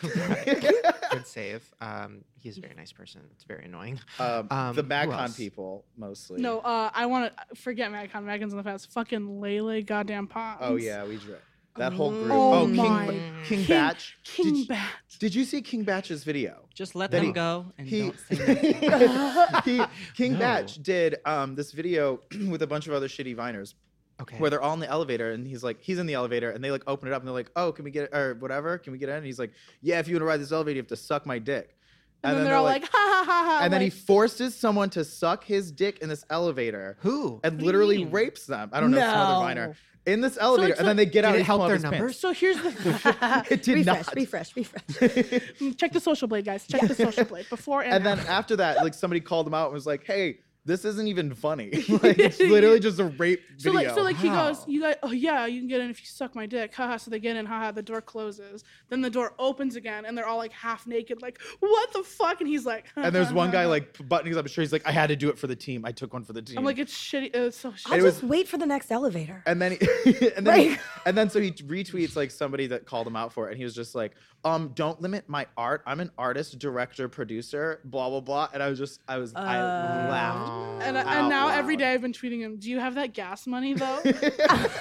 good save. Um, he's a very nice person. It's very annoying. um, Um, the who MagCon else? people mostly. no, uh, I want to forget Madcon. Madcon's in the past. Fucking Lele, goddamn Pons. Oh yeah, we drag that whole group. Oh King my Ba- King, Batch. King did, you- Bat. did you see King Batch's video? Just let That them he- go and he, don't say nothing. he King No. Batch did um, this video with a bunch of other shitty viners Okay. where they're all in the elevator and he's like he's in the elevator and they like open it up and they're like oh can we get or whatever can we get in and he's like yeah if you want to ride this elevator you have to suck my dick And, then, they're all like, ha ha ha ha. and then he like, forces someone to suck his dick in this elevator Who? and you literally mean? rapes them I don't know some other viner in this elevator it's and then they get out Did it and help pull their up his pants. numbers? So here's the mm, it did refresh, not refresh, refresh. check the social blade, guys. Check the social blade before and, and then after. after that, like somebody called him out and was like, "Hey, this isn't even funny. like, it's literally just a rape So video." like, so like he goes, Wow. you guys, oh yeah, you can get in if you suck my dick, haha. So they get in, haha. The door closes, then the door opens again, and they're all like half naked, like what the fuck? And he's like, and there's one guy like buttoning up his shirt. He's like, "I had to do it for the team. I took one for the team." I'm like, it's shitty. It's so shitty. I'll it just was- wait for the next elevator. and then, he- and then, he- Right. and then, so he retweets like somebody that called him out for it, and he was just like, "Um, don't limit my art. I'm an artist, director, producer, blah blah blah." And I was just, I was, I Oh. laughed. and, I- and out now every loud. day I've been tweeting him, do you have that gas money though?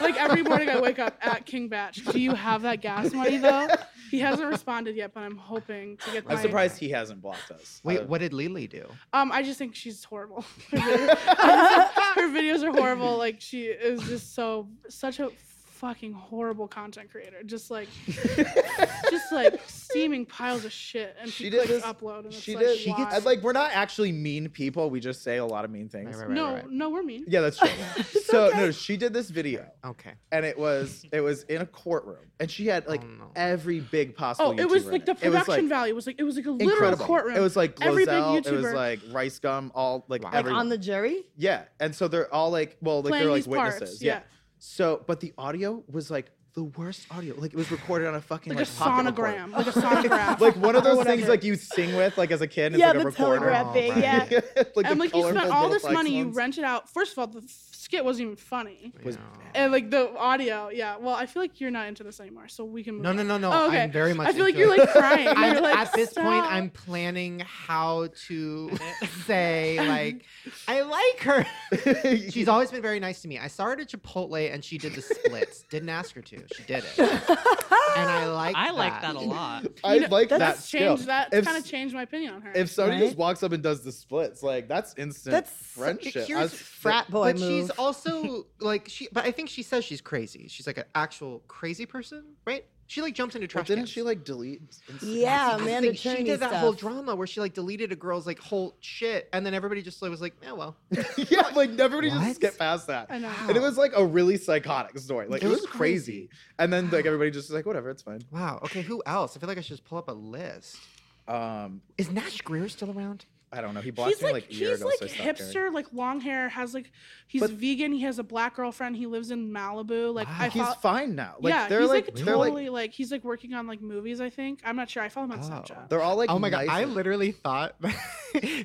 like every morning I wake up at King Batch, do you have that gas money though? He hasn't responded yet, but I'm hoping to get. I'm my- surprised he hasn't blocked us. Wait, Uh, what did Lily do? Um, I just think she's horrible. Her videos- her videos are horrible. Like she is just so such a fucking horrible content creator. Just like, just like steaming piles of shit, and she, She did this. clicks upload, and it's She like, did. She gets- why? And, like we're not actually mean people. We just say a lot of mean things. Right, right, right, no, right, no, we're mean. Yeah, that's true. so no, she did this video, right. Okay. and it was it was in a courtroom, and she had like Oh, no. every big possible. Oh, it was YouTuber in like the It was, production like, value was like it was like a literal Incredible. courtroom. It was like Every big Glozell, it was YouTuber. like Rice Gum, all like Wow. Like Like every on the jury? yeah, and so they're all like well like Playing they're like these parts, witnesses yeah. So, but the audio was like the worst audio. Like it was recorded on a fucking like, like, a pocket recorder. sonogram, like a sonograph. like one of or those things whatever. like you sing with like as a kid. It's yeah, like a the recorder. telegraph Oh, thing. right. Yeah. like and the like you spent colorful all little this flex money, you ones. rent it out. First of all, the f- skit wasn't even funny, Was- Yeah. and like the audio, yeah. Well, I feel like you're not into this anymore, so we can. Move No, no, on. no, no. Oh, okay. I'm very much. I feel like into you're it. like crying. I'm, You're like, at this point, "Stop." I'm planning how to say like, I like her. She's always been very nice to me. I saw her at Chipotle and she did the splits. Didn't ask her to. She did it, and I like. I like that a lot. I that's like that That's skill. changed. That If- kind of changed my opinion on her. If somebody Right? just walks up and does the splits, like that's instant That's friendship. I Here's was- frat boy but she's also like she. But I think she says she's crazy. She's like an actual crazy person, right? She like jumps into well, trash. didn't cans. she like delete? Instagram? yeah, That's the man. thing. She did that stuff. whole drama where she like deleted a girl's like whole shit, and then everybody just like was like, "Yeah, well." yeah, like everybody What? just skipped past that. I know. And it was like a really psychotic story. Like it, It was, was crazy. And then like everybody just was like, whatever, it's fine. Wow. Okay, who else? I feel like I should just pull up a list. Um, Is Nash Greer still around? I don't know. He blocked He's me like, like a year he's ago, like so I stopped hipster, caring. like long hair, has like he's But- vegan. He has a black girlfriend. He lives in Malibu. Like I Wow. He's follow, fine now. Like yeah, they're he's like, like, they're totally like like, he's like working on like movies. I think I'm not sure. I follow him on Oh. Snapchat. they're all like oh my god, nice I and- literally thought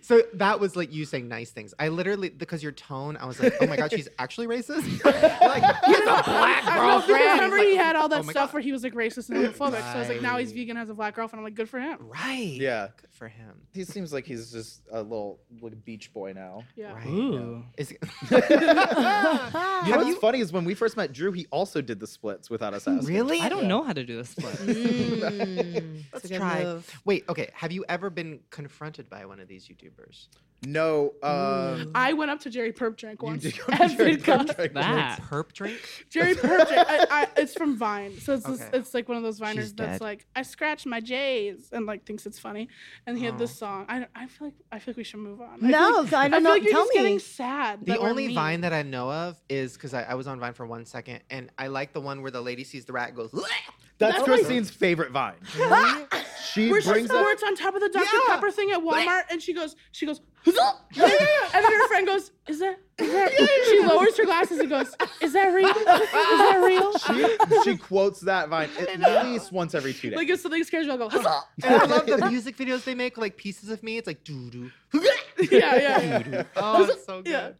so that was like you saying nice things. I literally because your tone, I was like, oh my god, she's actually racist. You're like, "He has a black I know, because girlfriend. remember He's he like, had all that "Oh my stuff God." where he was like racist and homophobic. So I was like, now he's Right. vegan, has a black girlfriend. I'm like, good for him. Right. Yeah. Good for him. He seems like he's just a little like beach boy now. Yeah. Right. Ooh. Is You know Have what's you- funny is when we first met Drew, he also did the splits without us asking. really? I don't know how to do this split. Mm, it's a Let's good try. move. Wait, okay. Have you ever been confronted by one of these YouTubers? No. Um, I went up to Jerry Perp Drink you once. did at Jared VidCon. Perp Like That- Ah. Perp drink? Jerry Perp Drink. I, I, it's from Vine. So it's, this, Okay. it's like one of those Viners She's that's dead. like, I scratched my J's and like thinks it's funny. And he had this Oh. song. I, don't- I feel like I feel like we should move on. I feel No, like- so I I don't feel know. like you're Tell just me. getting sad. The that we're only mean. Vine that I know of is because I, I was on Vine for one second, and I like the one where the lady sees the rat and goes. "Bleh!" That's Christine's favorite vine. she Where brings she up. squirts on top of the Dr. Yeah. Pepper thing at Walmart, and she goes, she goes, and then her friend goes, "Is that? Is that?" She lowers her glasses and goes, "Is that real? Is that real?" She, she quotes that vine at least once every two days. Like if something scares you, I'll go, "Huzzah." And I love the music videos they make, like pieces of me. It's like doo doo. yeah, yeah, yeah. Oh, it's so good. Yeah.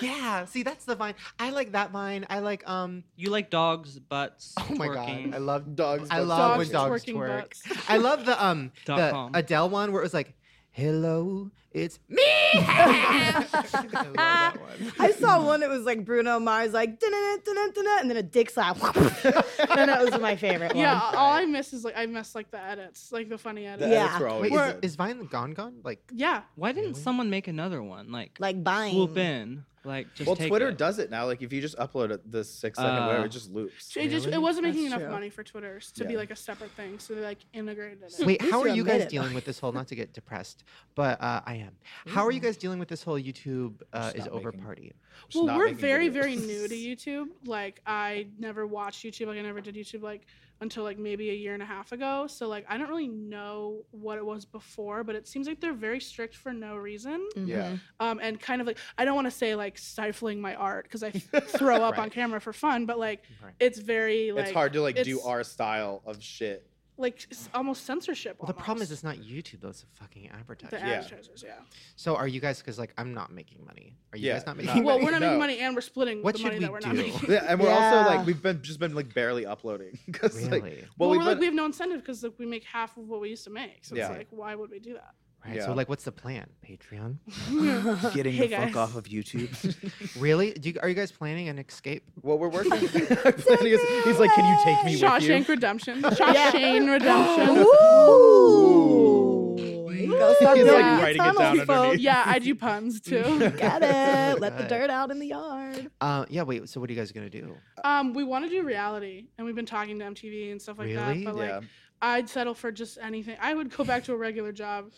Yeah. See, that's the Vine. I like that Vine. I like um. You like dogs, butts, Oh my twerking. god, I love. dogs. I but love dogs when dogs twerking twerk. butts. I love the um Dot the com. Adele one where it was like, "Hello, it's me." I love that one. I saw one that was like Bruno Mars, like, "Dun-dun-dun, dun-dun-dun," and then a dick slap. and that was my favorite Yeah, one. all I miss is like I miss like the edits, like the funny edits. The Yeah. edits were always Wait, is, good. is Vine gone? Gone? Like, Yeah, Why didn't Really? someone make another one? Like, Like buying. swoop in. Like, just well, take Twitter it. does it now. Like if you just upload it, the six second Uh, whatever, it just loops. So it just Really? it wasn't making That's enough true. money for Twitter to be Yeah. like a separate thing, so they like integrated it. Wait, least how are you you admit guys it. dealing with this whole? Not to get depressed, but uh, I am. How are you guys dealing with this whole YouTube uh, Just is not over making- party? Just Well, not we're making very, videos. very new to YouTube. Like, I never watched YouTube. Like, I never did YouTube like until like maybe a year and a half ago. So like, I don't really know what it was before. But it seems like they're very strict for no reason. Yeah. Um, and kind of like, I don't want to say like stifling my art because I throw up on Right. camera for fun. But like, Right. it's very like it's hard to like do it's- our style of shit. like s- almost censorship. Well, the problem is it's almost. not YouTube though; it's a fucking advertiser. the Yeah. advertisers. Yeah. So are you guys? Because like I'm not making money. Are you Yeah, guys not not- making? Well, money? we're not making No. money, and we're splitting What the should money we that we're do? not making. Yeah, and we're also Yeah. like we've been just been like barely uploading because like Really? well, Well, we're we've like we been, have no incentive because like we make half of what we used to make. So Yeah. it's like, why would we do that? right. yeah. So like, what's the plan? Patreon? Getting Hey, the fuck guys. off of YouTube. really? Do you, are you guys planning an escape? what we're working. our planning is, he's like, can you take me with you? Shawshank Redemption. Shawshank Redemption. Ooh. Go Stop He's doing like it. writing It's it down homophobe. underneath. yeah, I do puns too. Got it. Let the Right. dirt out in the yard. Uh, yeah. Wait. So what are you guys gonna do? Um, we want to do reality, and we've been talking to MTV and stuff like Really? that. But like, Yeah. I'd settle for just anything. I would go back to a regular job.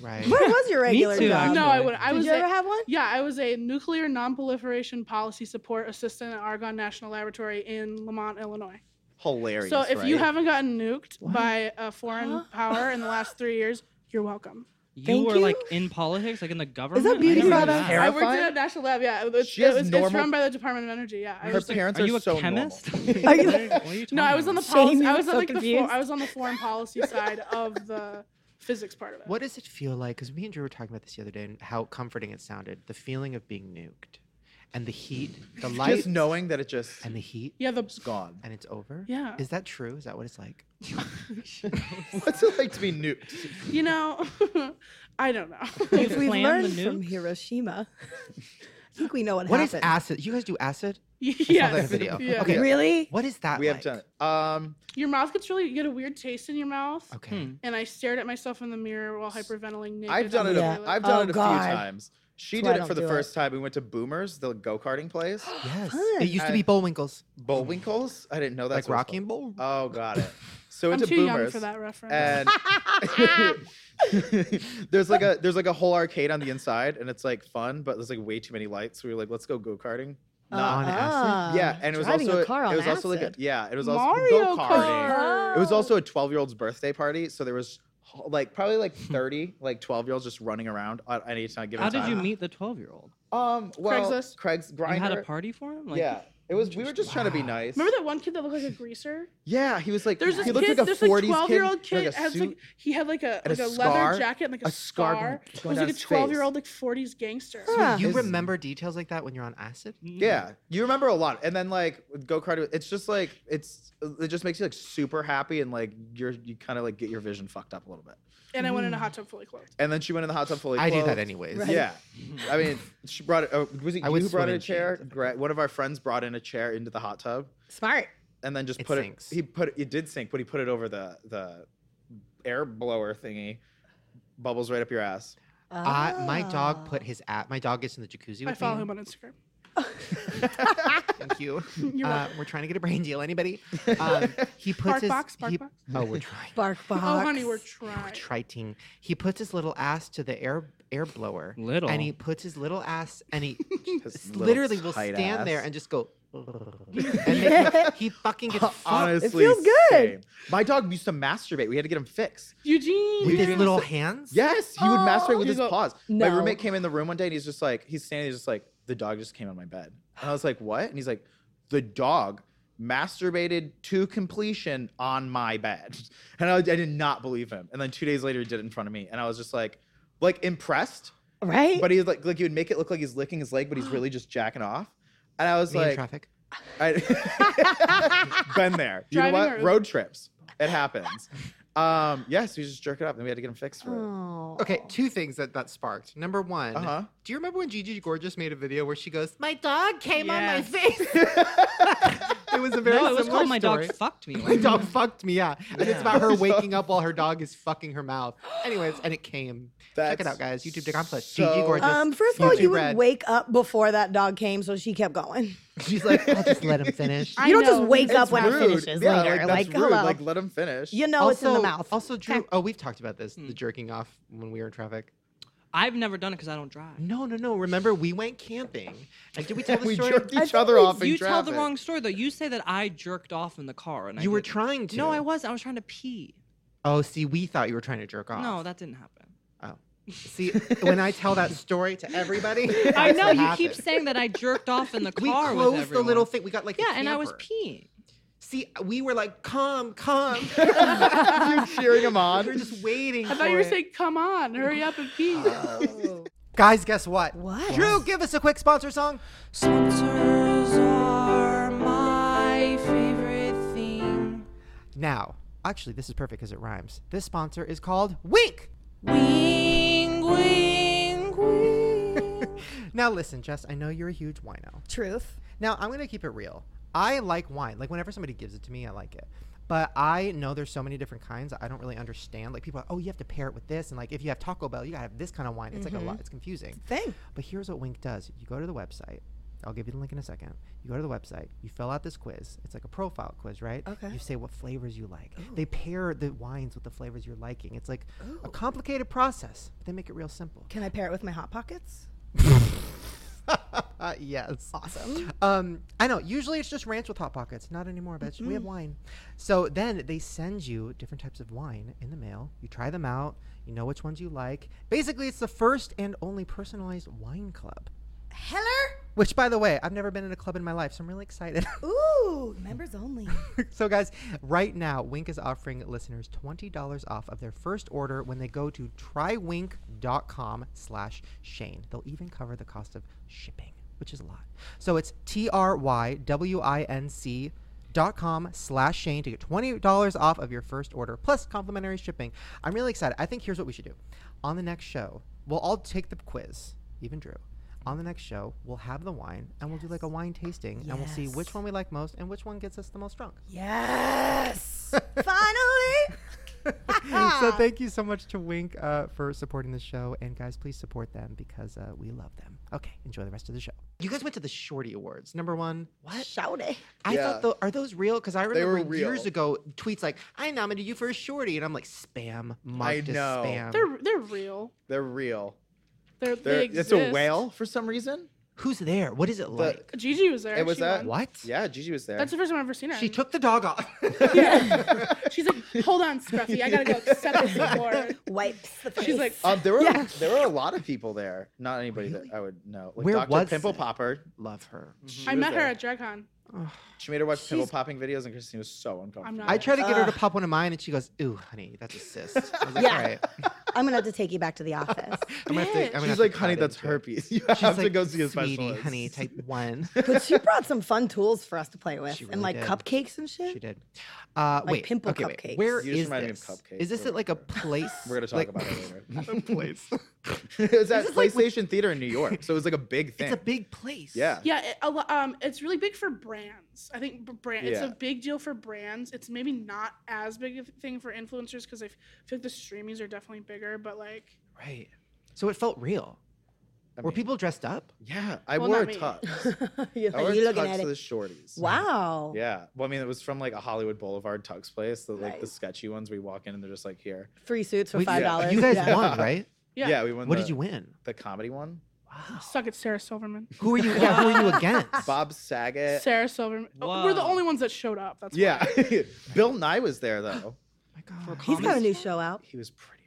Right. Where was your regular too, job? Um, no, I would. I Did was. you a- ever have one? yeah, I was a nuclear nonproliferation policy support assistant at Argonne National Laboratory in Lamont, Illinois. Hilarious. so if you right? haven't gotten nuked by a foreign Huh? power in the last three years, you're welcome. You Thank were like you. in politics, like in the government. I never beauty knew products? that. I worked Terrifying? at a national lab. Yeah, it was, She it has was, it's normal- run by the Department of Energy. Yeah, I her was, parents Are are, you a so chemist? normal. Are you- What are you- what are you no, talking I was on the about? Shame you, policy. I I'm was on so like the fo- confused. I was on the foreign policy side of the physics part of it. What does it feel like? Because me and Drew were talking about this the other day, and how comforting it sounded. The feeling of being nuked, and the heat, the light, Just knowing that it just and the heat, Yeah, the is gone. and it's over. Yeah. Is that true? Is that what it's like? What's it like to be nuked? you know, I don't know. If we've plan learned the from nukes? Hiroshima, I think we know what, What is happened. acid? You guys do acid? I saw that in a yes. video. Yeah. Okay. Really? What is that? We have like? done it. Um, Your mouth gets really you get a weird taste in your mouth. Okay. Hmm. And I stared at myself in the mirror while hyperventilating naked. I've done on it. the A, toilet. I've Oh, done it a God. few times. She That's why I did it for don't the do it. first time. We went to Boomers, the go karting place. Yes. Fun. It used to I- be Bullwinkles, Bullwinkles. I didn't know that's like what Rocky it's and Bull. called. Oh, got it. So I'm it's a too young Boomers. for that reference. and there's like a there's like a whole arcade on the inside, and it's like fun, but there's like way too many lights. So we were like, let's go go karting. on Uh-huh. acid? Um, yeah, and it was Ah. driving also a car on it was also like a, acid. yeah, it was also Mario go karting. Kart. Oh, It was also a 12 year old's birthday party, so there was h- like probably like Hmm. 30 like 12 year olds just running around at any time. Given How did time. you meet the twelve-year-old? Um, well, Craigslist? Craig's You had grinder. a party for him? Like, yeah, it was. We were just trying to be nice. Remember that one kid that looked like a greaser? Yeah, he was like There's he this looked kid, like a there's 40s like twelve year old kid like a has suit, like he had like a and like a a, scar- leather jacket and like a, a scar going- scar. It going was down like a his twelve year face. old like forties gangster. Huh. You Is- remember details like that when you're on acid? Yeah, you remember a lot, and then like go kart. It's just like it's it just makes you like super happy, and like you're you kind of like get your vision fucked up a little bit. And I went in Hmm. a hot tub fully clothed. And then she went in the hot tub fully. I do that clothed. anyways. Right. Yeah, I mean, she brought it. Oh, was it I you would who brought swim in in a chair? jeans. Gra- one of our friends brought in a chair into the hot tub, Smart. and then just It put sinks. it. He put it. It did sink, but he put it over the the air blower thingy. Bubbles right up your ass. I, my Ah. dog put his app. My dog gets in the jacuzzi with I follow me. him on Instagram. Thank you. You're uh, welcome. we're trying to get a brain deal. Anybody? Um, he puts Bark his. box, bark he- box. Oh, we're trying. Bark box. Oh honey, we're We're trying. triting. He puts his little ass to the air air blower. Little. And he puts his little ass and he His s- little literally will tight stand there ass. and just go. and make him- he fucking gets fucked Honestly, feels good. same. My dog used to masturbate. We had to get him fixed. Eugene. with his Eugene. little hands. Yes, he would masturbate with You his go- paws. My No. roommate came in the room one day and he's just like, he's standing, he's just like, the dog just came on my bed. And I was like, what? And he's like, the dog masturbated to completion on my bed. And I, I did not believe him. And then two days later, he did it in front of me. And I was just like, like impressed, right? but he was like, like he would make it look like he's licking his leg, but he's really just jacking off. And I was Me in like, traffic. I, been there. You Driving know what? or- Road trips. It happens. Um, yes, we just jerk it up, and we had to get him fixed for it. Oh. Okay, two things that that sparked. Number one, Uh-huh. do you remember when Gigi Gorgeous made a video where she goes, "My dog came on my Yes. face"? it was a very No, it was similar called My story. Dog Fucked Me. My dog fucked me, yeah. And it's about her Yeah. waking up while her dog is fucking her mouth. Anyways, and it came. Check it That's out, guys. YouTube.com slash so- Gigi Gorgeous. Um, first of all, YouTube you would red. wake up before that dog came, so she kept going. She's like, I'll just let him finish. I you don't just know. wake It's up when rude. it finishes yeah, later. Like, that's Like, rude. hello. Like, let him finish. you know it's in the mouth. Also, Drew, oh, we've talked about this, Hmm. the jerking off when we were in traffic. I've never done it because I don't drive. No, no, no. Remember, we went camping. And did we tell the we story? jerked I each think other we- off in you traffic. tell the wrong story though. You say that I jerked off in the car, and I You were didn't. trying to. No, I was. I was trying to pee. Oh, see, we thought you were trying to jerk off. No, that didn't happen. See, when I tell that story to everybody, I that's know what you keep happened. saying that I jerked off in the We car. with closed the everyone. little thing. We got like a Yeah, and I was camper. peeing. See, we were like, come, come. You're cheering him we were on. just waiting. I thought you were saying, "Come on, hurry up and pee." Uh, Guys, guess what? What? Drew, give us a quick sponsor song. Sponsors are my favorite thing. Now, actually, this is perfect because it rhymes. This sponsor is called Wink. Wing, wing, wing. Now, listen, Jess, I know you're a huge wino. Truth. Now, I'm going to keep it real. I like wine. Like, whenever somebody gives it to me, I like it. But I know there's so many different kinds. I don't really understand. Like people are, oh, you have to pair it with this, and like if you have Taco Bell, you gotta have this kind of wine. It's like a lot. It's confusing. Thing. But here's what Wink does. You go to the website. I'll give you the link in a second. You go to the website, you fill out this quiz. It's like a profile quiz, right? Okay. You say what flavors you like. They pair the wines with the flavors you're liking. It's like a complicated process, but they make it real simple. Can I pair it with my hot pockets? yes. Awesome. Um, I know. Usually it's just ranch with hot pockets. Not anymore, bitch. We have wine. So then they send you different types of wine in the mail. You try them out. You know which ones you like. Basically, it's the first and only personalized wine club. Heller. Which, by the way, I've never been in a club in my life, so I'm really excited. Ooh, members only. so, guys, right now, Wink is offering listeners $20 off of their first order when they go to trywink.com slash Shane. They'll even cover the cost of shipping, which is a lot. So it's T-R-Y-W-I-N-C dot com slash Shane to get $20 off of your first order, plus complimentary shipping. I'm really excited. I think here's what we should do. On the next show, we'll all take the quiz, even Drew. On the next show, we'll have the wine and we'll do like a wine tasting and we'll see which Yes. one we like most and which one gets us the most drunk. Yes. Finally. so thank you so much to Wink uh, for supporting the show, and guys, please support them because uh, we love them. Okay, enjoy the rest of the show. You guys went to the Shorty Awards, number one. What? Shout it. I Yeah. thought though, are those real? Because I were remember years real. ago tweets like, "I nominated you for a Shorty," and I'm like, "Spam, marked as know. spam." They're they're real. They're real. They're, They're, they it's exist. a whale for some reason. Who's there? What is it like? Gigi was there. It was she that- won. What? Yeah, Gigi was there. That's the first time I've ever seen her. She took the dog off. She's like, hold on, Scruffy, I gotta go accept this award. Wipes the face. She's like, um, there were Yeah. there were a lot of people there. Not anybody that I would know. Like Where Dr. was Pimple it? Mm-hmm. Popper. Love her. She I was met her there. at DragCon. She made her watch pimple popping videos, and Christine was so uncomfortable. I'm not. I tried to get her to pop one of mine, and she goes, "Ooh, honey, that's a cyst." I was like, Yeah. "All right." I'm gonna have to take you back to the office. I'm gonna have to- I'm gonna have She's to like, cut honey, that's into it." herpes. You She's have like, to go see a "Sweetie, specialist. honey, type one. But she brought some fun tools for us to play with, She really and like did. cupcakes and shit. She did. Uh, Like wait, pimple okay, wait, cupcakes. Where You just is reminded me of this? cupcakes, Is this but at like a place? We're gonna talk like- about it later. a place. it was at PlayStation Theater in New York, so it was like a big thing. it's a big place. yeah. Yeah, it, a, lo- um, it's really big for brands. I think b- brand. It's Yeah. a big deal for brands. It's maybe not as big a thing for influencers because I f- feel like the streamies are definitely bigger. But like, Right. So it felt real. I Were mean, people dressed up? Yeah, I Well, wore not a me. tux. You're I wore like, you a looking tux at to the it. shorties. Wow. Yeah. Well, I mean, it was from like a Hollywood Boulevard tux place, the, like the Nice. sketchy ones we walk in and they're just like here. Free suits for Wait, five yeah. dollars. You guys yeah. won, right? yeah, we won. What the, did you win? The comedy one. Wow. suck it, Sarah Silverman. Who are you? Yeah, who are you against? Bob Saget. Sarah Silverman. Oh, we're the Whoa. only ones that showed up. That's why. Eh. yeah. Bill Nye was there though. my God. He's got a new show out. He was pretty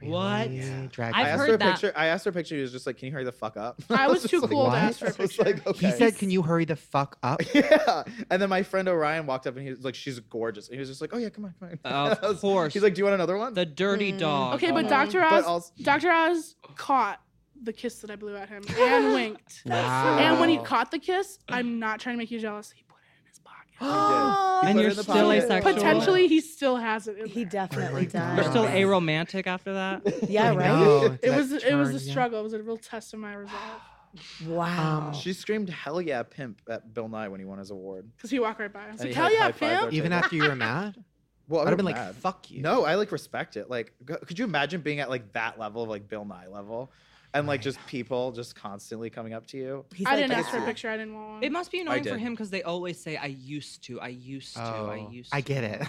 rude. What? Really? Drag I I've queen. asked heard her a that. picture. I asked her a picture. He was just like, "Can you hurry the fuck up?" I was just too like, cool to "What?" ask for I a was picture. like, okay. He said, "Can you hurry the fuck up?" yeah. And then my friend Orion walked up and he was like, she's gorgeous. And he was just like, oh, yeah, come on, come on. Of I was- course. He's like, do you want another one? The dirty dog. okay, Oh but my- Dr. But Oz, also- Dr. Oz caught the kiss that I blew at him and winked. Wow. And when he caught the kiss, I'm not trying to make you jealous. He put it in his And He did. He pocket. put it you're in the still pocket. asexual. Potentially, he still has it. In He there. definitely God. does. You're still Wow. aromantic after that. Yeah, I right. know. It That was it was turn, a yeah. struggle. It was a real test of my resolve. Oh. Wow. She screamed, hell yeah, pimp at Bill Nye when he won his award. Cause he walked right by. I was And like, he hell had yeah, high-fived fam. her. Even after you were mad, Well, I I'd would have been like, mad. "Fuck you." No, I like respect it. Like, go- could you imagine being at like that level of like Bill Nye level? And like just people just constantly coming up to you. He's I like, didn't "Look ask at for a you." picture. I didn't want It one. must be annoying for did. him because they always say, "I used to, I used to, I Oh, used." I to." get it.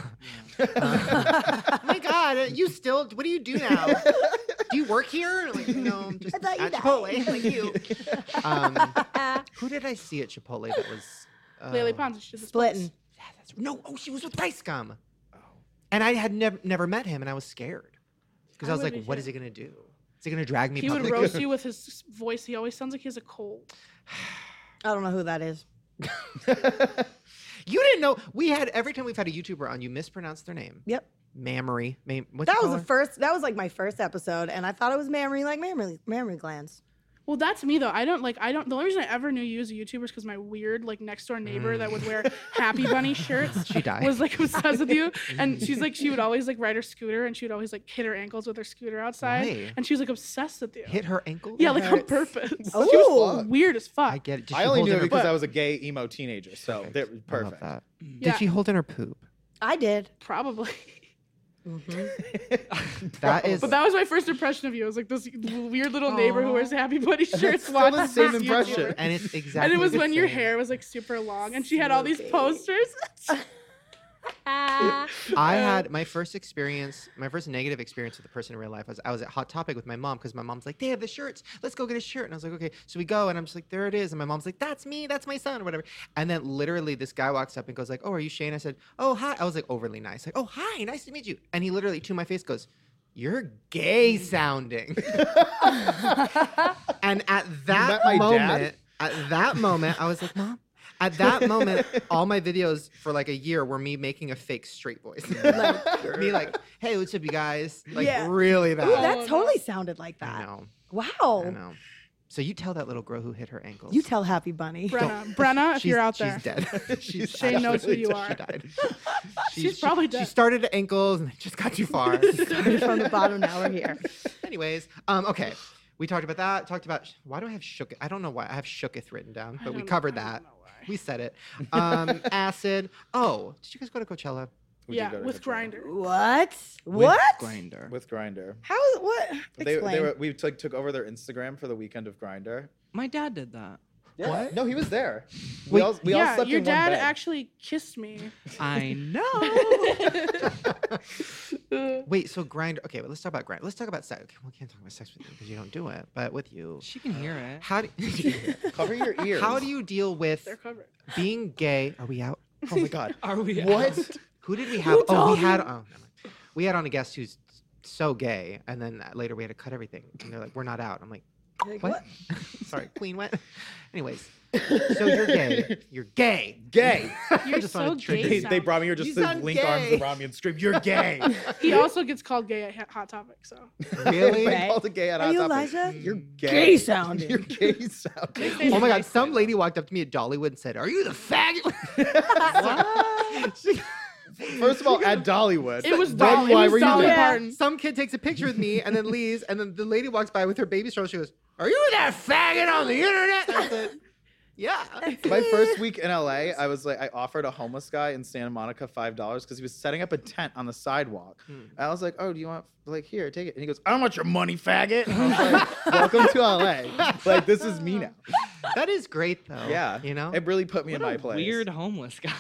I my God, uh, you still? What do you do now? do you work here? Like, no, I'm just I thought you at died. Chipotle, like you. um, who did I see at Chipotle that was? Uh, Lily Pons. She did the Splitting. splits. yeah, that's- no, oh, she was with Rice Gum. And I had never never met him, and I was scared because I, I was would like, be "What too. is he gonna do? Is he gonna drag me?" He would public?" roast you with his s- voice. He always sounds like he has a cold. I don't know who that is. You didn't know we had every time we've had a YouTuber on, you mispronounced their name. Yep. Mammary. Mam- what'd you That call was the her? first. That was like my first episode, and I thought it was mammary, like mammary, mammary glands. Well, that's me though. I don't like. I don't. The only reason I ever knew you as a YouTuber is because my weird like next door neighbor that would wear Happy Bunny shirts. Mm. She died. Was like obsessed with you, and she's like she would always like ride her scooter, and she would always like hit her ankles with her scooter outside, Why? and she was like obsessed with you. Hit her ankle. yeah, like on hurts. purpose. Oh. She was weird as fuck. I get it. Did she only hold knew in it her because poop? I was a gay emo teenager. So perfect. I love perfect. that. Yeah. Did she hold in her poop? I did. Probably. Mm-hmm. That is. But that was my first impression of you. I was like this weird little neighbor who wears happy bunny shirts. still the watching same this impression. YouTuber. and it's exactly. And it was the when your same. hair was like super long, and she had all these Smokey. posters. I had my first experience, my first negative experience with a person in real life was I was at Hot Topic with my mom because my mom's like, they have the shirts. Let's go get a shirt. And I was like, okay. So we go and I'm just like, there it is. And my mom's like, that's me. That's my son or whatever. And then literally this guy walks up and goes like, oh, are you Shane? I said, oh, hi. I was like overly nice. Like, oh, hi. Nice to meet you. And he literally to my face goes, you're gay Mm. sounding. and at that met my dad? moment, at that moment, I was like, mom. At that moment, all my videos for like a year were me making a fake straight voice. like, me like, hey, what's up, you guys? Like Yeah. really Ooh, bad. that no. totally sounded like I that. know. I Oh. Wow. know. So you tell that little girl who hit her ankles. You tell Happy Bunny. Brenna, Brenna, if she's, you're out there, she's dead. she's Shane knows who actually you dead. She are. died. She- She's she- probably She dead. started at ankles and it just got too far. From the bottom, now we're here. Anyways, um, okay. We talked about that. Talked about why do I have shook? I don't know why I have shooketh written down, I but we don't- covered I that. don't know why. We said it. Um, acid. Oh, did you guys go to Coachella? We did yeah, go to with Coachella. grinder. What? What? Grinder. With Grinder. How is what? They, Explain. they were, we took, took over their Instagram for the weekend of Grinder. My dad did that. What? No, he was there. We Wait, all we yeah, all slept your in dad one bed. actually kissed me. I know. Wait, so grinder. Okay, well, let's talk about grinder. Let's talk about sex. Okay, we can't talk about sex with you because you don't do it, but with you, she can hear it. how do Cover your ears. how do you deal with They're covered. being gay? Are we out? Oh my god. Are we? What? Who did we have? oh, we had. Oh, never mind. we had on a guest who's so gay, and then later we had to cut everything, and they're like, "We're not out." I'm like, Like, "What?" Sorry, clean what? Anyways, so you're gay. You're gay. Gay. I You're just wanted so to trigger gay. they, you. they brought me here You just to sound link arms gay. around me and scream, "You're gay." He also gets called gay at Hot Topic, so Really? Like, all the gay on Are Hot you Topic. Elijah? You're gay. Gay sounding. You're gay sounding. Oh my god, some lady walked up to me at Dollywood and said, Are you the faggot? She- First of all, at Dollywood. it was Then Dolly. Why it were was you Dolly there? Parton. Some kid takes a picture with me and then leaves, and then the lady walks by with her baby stroller. She goes, Are you that faggot on the internet? I said, Yeah. My first week in LA, I was like, I offered a homeless guy in Santa Monica five dollars because he was setting up a tent on the sidewalk. Hmm. And I was like, Oh, do you want like here, take it? And he goes, I don't want your money, faggot. And I was like, Welcome to LA. Like this is me now. That is great though. Yeah. You know? It really put me in Oh. What my a place. Weird homeless guy.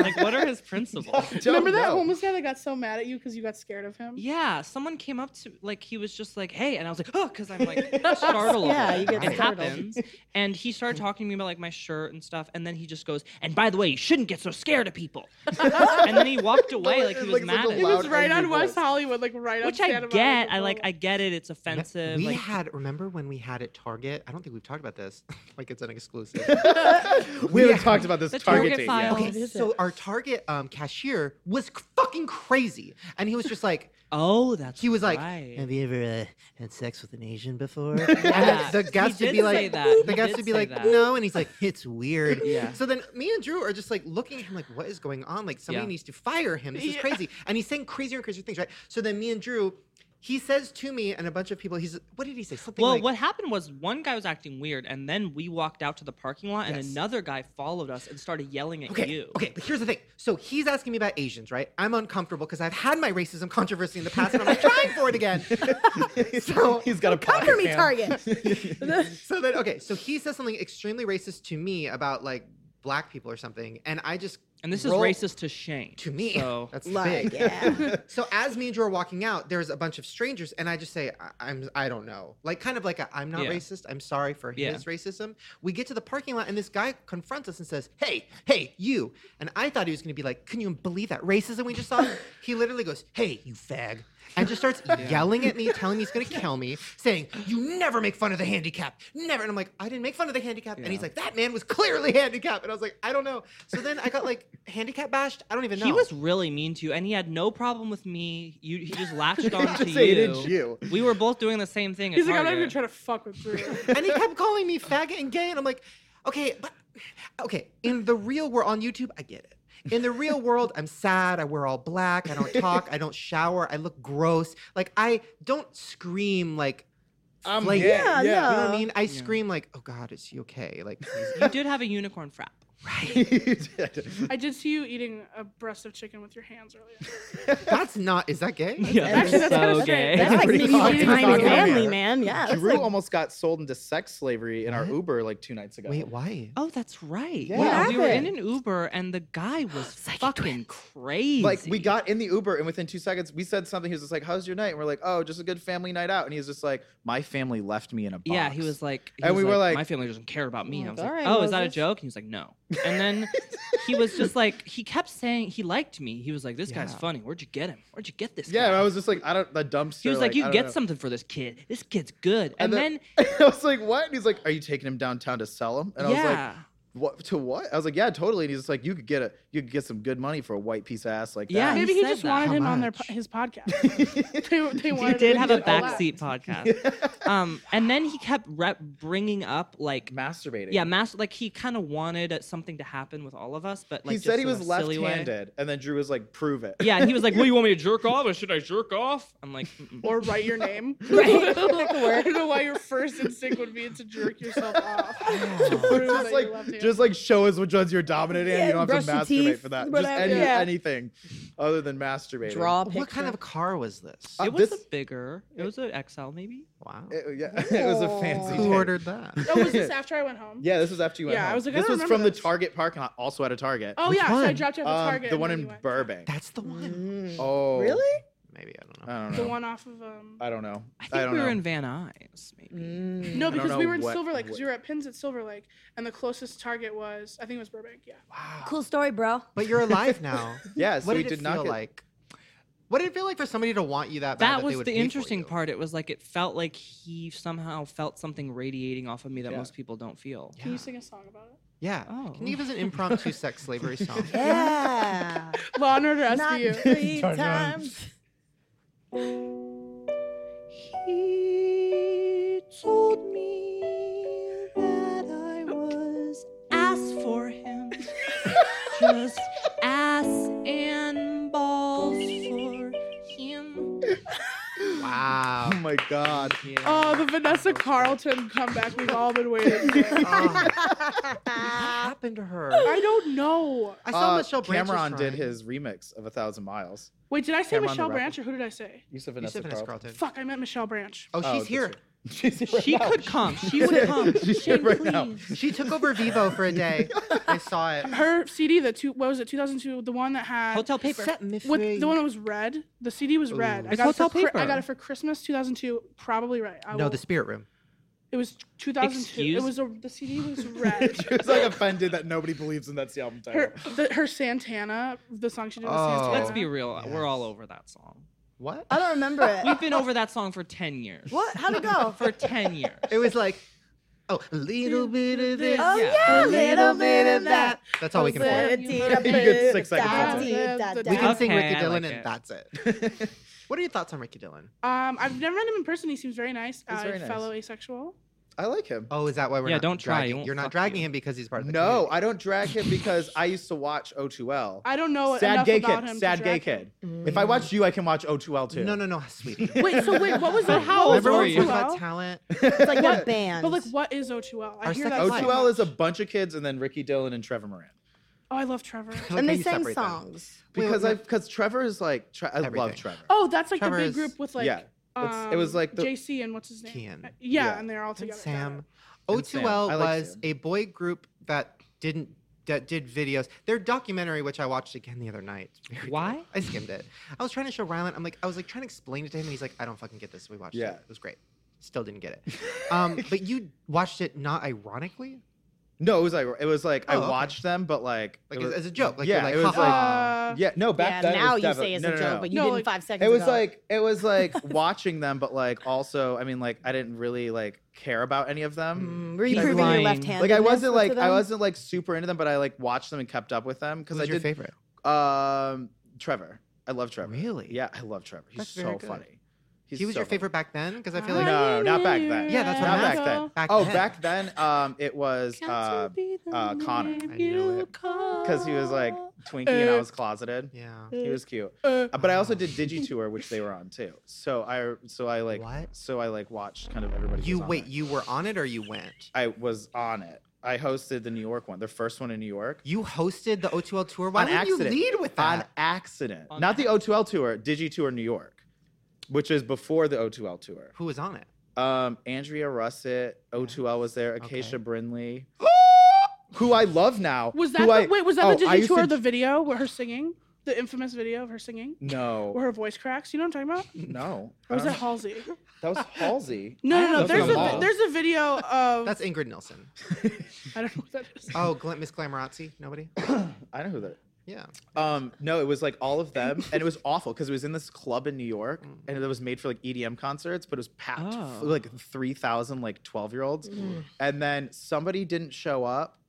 like, what are his principles? Don't Remember that know. homeless guy that got so mad at you because you got scared of him? Yeah, someone came up to like he was just like, "Hey," and I was like, "Oh," because I'm like startled. Yeah, you get it startled. happens. And he started talking to me about like my shirt and stuff, and then he just goes, "And by the way, you shouldn't get so scared of people." and then he walked away like he was Like, it's mad like a at It me, loud- was right angry on West voice. Hollywood, like right on which I Santa Monica get. I like, I Boulevard. get it. It's Me- offensive. We like, had remember when we had at Target. I don't think we've talked about this. like it's an exclusive. We Yeah. haven't talked about this The target, Target date file. yet. Okay, Okay, is so it? our Target um, cashier was c- fucking crazy, and he was just like, oh, that's he was like, right. "Have you ever uh, had sex with an Asian before?" and then the He guest would did be say like, that. "The He guest did would be say like, that. no," and he's like, "It's weird." Yeah. So then me and Drew are just like looking at him like, "What is going on? Like somebody Yeah. needs to fire him. This is Yeah. crazy." And he's saying crazier and crazier things, right? So then me and Drew. He says to me and a bunch of people, he's what did he say? Something Well, like, what happened was one guy was acting weird, and then we walked out to the parking lot, and Yes. another guy followed us and started yelling at Okay. you. Okay, but here's the thing. So he's asking me about Asians, right? I'm uncomfortable because I've had my racism controversy in the past, and I'm like, trying for it again. so He's got a Come for pocket me, cam. Target. so then okay, so he says something extremely racist to me about like black people or something, and I just And this is roll racist to Shane. to me. So That's like, big. yeah. So as me and Drew are walking out, there's a bunch of strangers, and I just say, I- "I'm, I don't know," like kind of like i I'm not Yeah. racist. I'm sorry for Yeah. his racism. We get to the parking lot, and this guy confronts us and says, "Hey, hey, you!" And I thought he was going to be like, "Can you believe that racism we just saw?" he literally goes, "Hey, you fag." And just starts yelling at me, telling me he's gonna kill me, saying, You never make fun of the handicap. Never. And I'm like, I didn't make fun of the handicap. And he's Yeah. like, That man was clearly handicapped. And I was like, I don't know. So then I got like handicap bashed. I don't even know. He was really mean to you, and he had no problem with me. You, he just latched on to Say it you. is you. We were both doing the same thing. at He's like, I'm not Target. even trying to fuck with Drew. and he kept calling me faggot and gay, and I'm like, okay, but okay. In the real world, on YouTube, I get it. In the real world, I'm sad. I wear all black. I don't talk. I don't shower. I look gross. Like I don't scream like. I'm flake. gay. You Yeah, know what I no. mean? I scream like, "Oh God, is he okay?" Like, he's- You did have a unicorn frap. I did see you eating a breast of chicken with your hands earlier. That's not. Is that gay? Yeah, that's that's kinda so strange. That's gay. like pretty me common. being It's tiny not gonna family, matter. man. Yeah. that's Drew like- almost got sold into sex slavery in our What? Uber like two nights ago. Wait, why? Oh, that's right. Yeah. we What were in an happened? Uber and the guy was fucking crazy. like we got in the Uber and within two seconds we said something. He was just like, "How's your night?" And we're like, "Oh, just a good family night out." And he was just like, "My family left me in a box." Yeah, he was like, he And was we were like- my family doesn't care about me. I'm I was like, like, "All right, oh, is that a Moses." joke? And he was like, no. And then he was just like, he kept saying he liked me. He was like, this guy's Yeah. funny. Where'd you get him? Where'd you get this? Yeah, guy? and I was just like, "I don't." The dumpster. He was like, I you don't get know." something for this kid. This kid's good. And, And then, then- I was like, "What?" And he's like, "Are you taking him downtown to sell him?" And I was like, yeah, what to what? I was like, yeah, totally. And he's just like, you could get a you could get some good money for a white piece of ass like Yeah, that. Maybe he he, said just that. wanted How him on their much? po- his podcast. they, they wanted he did him to have a get all that. backseat podcast. um, and then he kept rep- bringing up like masturbating. Yeah, master. Like he kind of wanted something to happen with all of us, but like he just said he in a was silly way. left-handed, and then Drew was like, prove it. Yeah, and he was like, "Well, you want me to jerk off, or should I jerk off?" I'm like, "Mm-mm." Or write your name. Right. I don't know why your first instinct would be to jerk yourself off. Oh. to It's prove that just you're like, left-handed. just like show us which ones you're dominant in. Yeah, you don't have to brush masturbate your teeth, for that. whatever. Just any, Yeah. anything other than masturbating. Draw a picture. What kind of car was this? Uh, it was this- a bigger. It was an XL, maybe. Wow. It, yeah, it was a fancy. Who day. ordered that? oh, was this after I went home? Yeah, this was after you went Yeah, I home. was like, I this don't was remember from the this. Target parking lot, also at a Target. Oh Which yeah, so I one? dropped you off at Um, Target. the and one then you in went- Burbank. That's the one. Mm. Oh, Really? Maybe I don't know. I don't know. The one off of um. I don't know. I think I don't we were know. in Van Nuys, maybe. Mm. No, don't because know we were in what- Silver Lake. Because what- we were at Pins at Silver Lake, and the closest Target was I think it was Burbank. Yeah. Cool story, bro. But you're alive now. Yeah, so what we did, did it not feel get- like? What did it feel like for somebody to want you that bad? That they was would the pay for interesting you? part. It was like it felt like he somehow felt something radiating off of me that Yeah. most people don't feel. Can Yeah. you sing a song about it? Yeah. Oh. Can you give us an impromptu sex slavery song? Yeah. Law and Order Not SVU. three times. He told me that I was ass for him. Just ass and balls for him. Wow. Oh my god. Oh, the Vanessa Carlton comeback we've all been waiting for. Oh. what happened to her? I don't know. I saw Uh, Michelle Branch was Cameron did crying. his remix of A Thousand Miles. Wait, did I say Cameron the Michelle rapper. Branch or who did I say? Yusuf You Vanessa said Vanessa Carlton. Fuck, I meant Michelle Branch. Oh, she's that's here. right. She's here right She now. could come. She would come. She's Shane, here right now. please. She took over Vivo for a day. I saw it. Her CD, the two, what was it, 2002, the one that had Hotel paper. With the one that was red, the CD was red. I got, it Hotel for, Chri- I Paper. got it for Christmas 2002. Probably right. I No, will- the spirit room. it was 2002. Excuse? It was a, the CD was red. she was like offended that nobody believes in that's the album title. her, the, her Santana, the song she did with Oh. Santana. Let's be real. We're all Yes. over that song. What? I don't remember We've it. been over that song for 10 years. What? How'd it go? For 10 years. It was like, oh, a little bit of this. Oh, a yeah, little bit of that. That's all we can afford. get six seconds We can sing Okay, Ricky I Dillon, like and it. that's it. what are your thoughts on Ricky Dillon? Um, I've never met him in person. He seems very nice. He's uh, very nice. fellow asexual. I like him. Oh, is that why we're Yeah, not don't try, it dragging? won't You're not fuck dragging you. him because he's part of the No, community. I don't drag him because I used to watch O2L. I don't know Sad enough gay about kid. him. to Sad gay drag kid. him. If I watch you, I can watch O2L too. Mm. No, no, no, sweetie. Wait, so wait, what was the how? old Remember were when we you? talked about talent? It's like What? a band. But like, what is O2L? I Our hear sex that. life. so O2L much. is a bunch of kids and then Ricky Dillon and Trevor Moran. Oh, I love Trevor. I like and how they you sang separate them. songs. Because wait. I because Trevor is like tre- I love Everything. Trevor. Oh, that's like Trevor the big is- group with like. yeah. It's- it was um, like the- JC and what's his name? Kian. Uh, Yeah, Yeah. and they're all together. got Sam. it. And Sam. I O2L like was Sam. a boy group that didn't that did videos. Their documentary, which I watched again the other night. it's very good. Why? I skimmed it. I was trying to show Rylan. I'm like, I was like trying to explain it to him, and he's like, I don't fucking get this. We watched Yeah. it. It was great. Still didn't get it. Um, but you watched it not ironically, No, it was like it was like I Oh, okay. watched them, but like like it was- as, as a joke. Like yeah, you're like, it was "Ha like ha." Uh, Yeah, no, back yeah, then. it now was you defi- say it's no, a no, joke, no. but you No, didn't like- five seconds it was ago. like it was like watching them, but like also, I mean, like I didn't really like care about any of them. Mm, were you He's proving your lying. left hand? Like I wasn't like I wasn't like super into them, but I like watched them and kept up with them because Who's I your did. favorite? Um, Trevor, I love Trevor. Really? Yeah, I love Trevor. He's That's so very good. funny. He's he was so your funny. favorite back then because I feel No, like no, not back then. Yeah, that's what not I'm back asking. then. Back oh, then. back then, um, it was uh, uh, Connor I knew it. because he was like Twinkie and I was closeted. Yeah. He was cute. Uh, Uh, but I also did Digitour, which they were on too. So I, so I like, What? so I like watched kind of everybody. You was on wait, it. you were on it or you went? I was on it. I hosted the New York one, their first one in New York. You hosted the O2L tour. Why on didn't you accident. lead with On that? accident, On not the O2L tour, Digitour New York, which is before the O2L tour. Who was on it? Um, Andrea Russett, O2L was there, Okay. Acacia Brindley, who I love now. Was that who the, I- wait? Was that the oh, I Digi used tour? to- The video where her singing, the infamous video of her singing, No, where her voice cracks. You know what I'm talking about? no. Or was I that don't- Halsey? that was Uh, Halsey. No, I no, no. don't There's know. a vi- there's a video of That's Ingrid Nilsson. I don't know what that is. Oh, Gl- Miss Glamorazzi. Nobody. I know who that. Yeah. Um, no, it was like all of them, and it was awful because it was in this club in New York, Mm. and it was made for like EDM concerts, but it was packed f- Oh. like three thousand like twelve year olds, Mm. and then somebody didn't show up.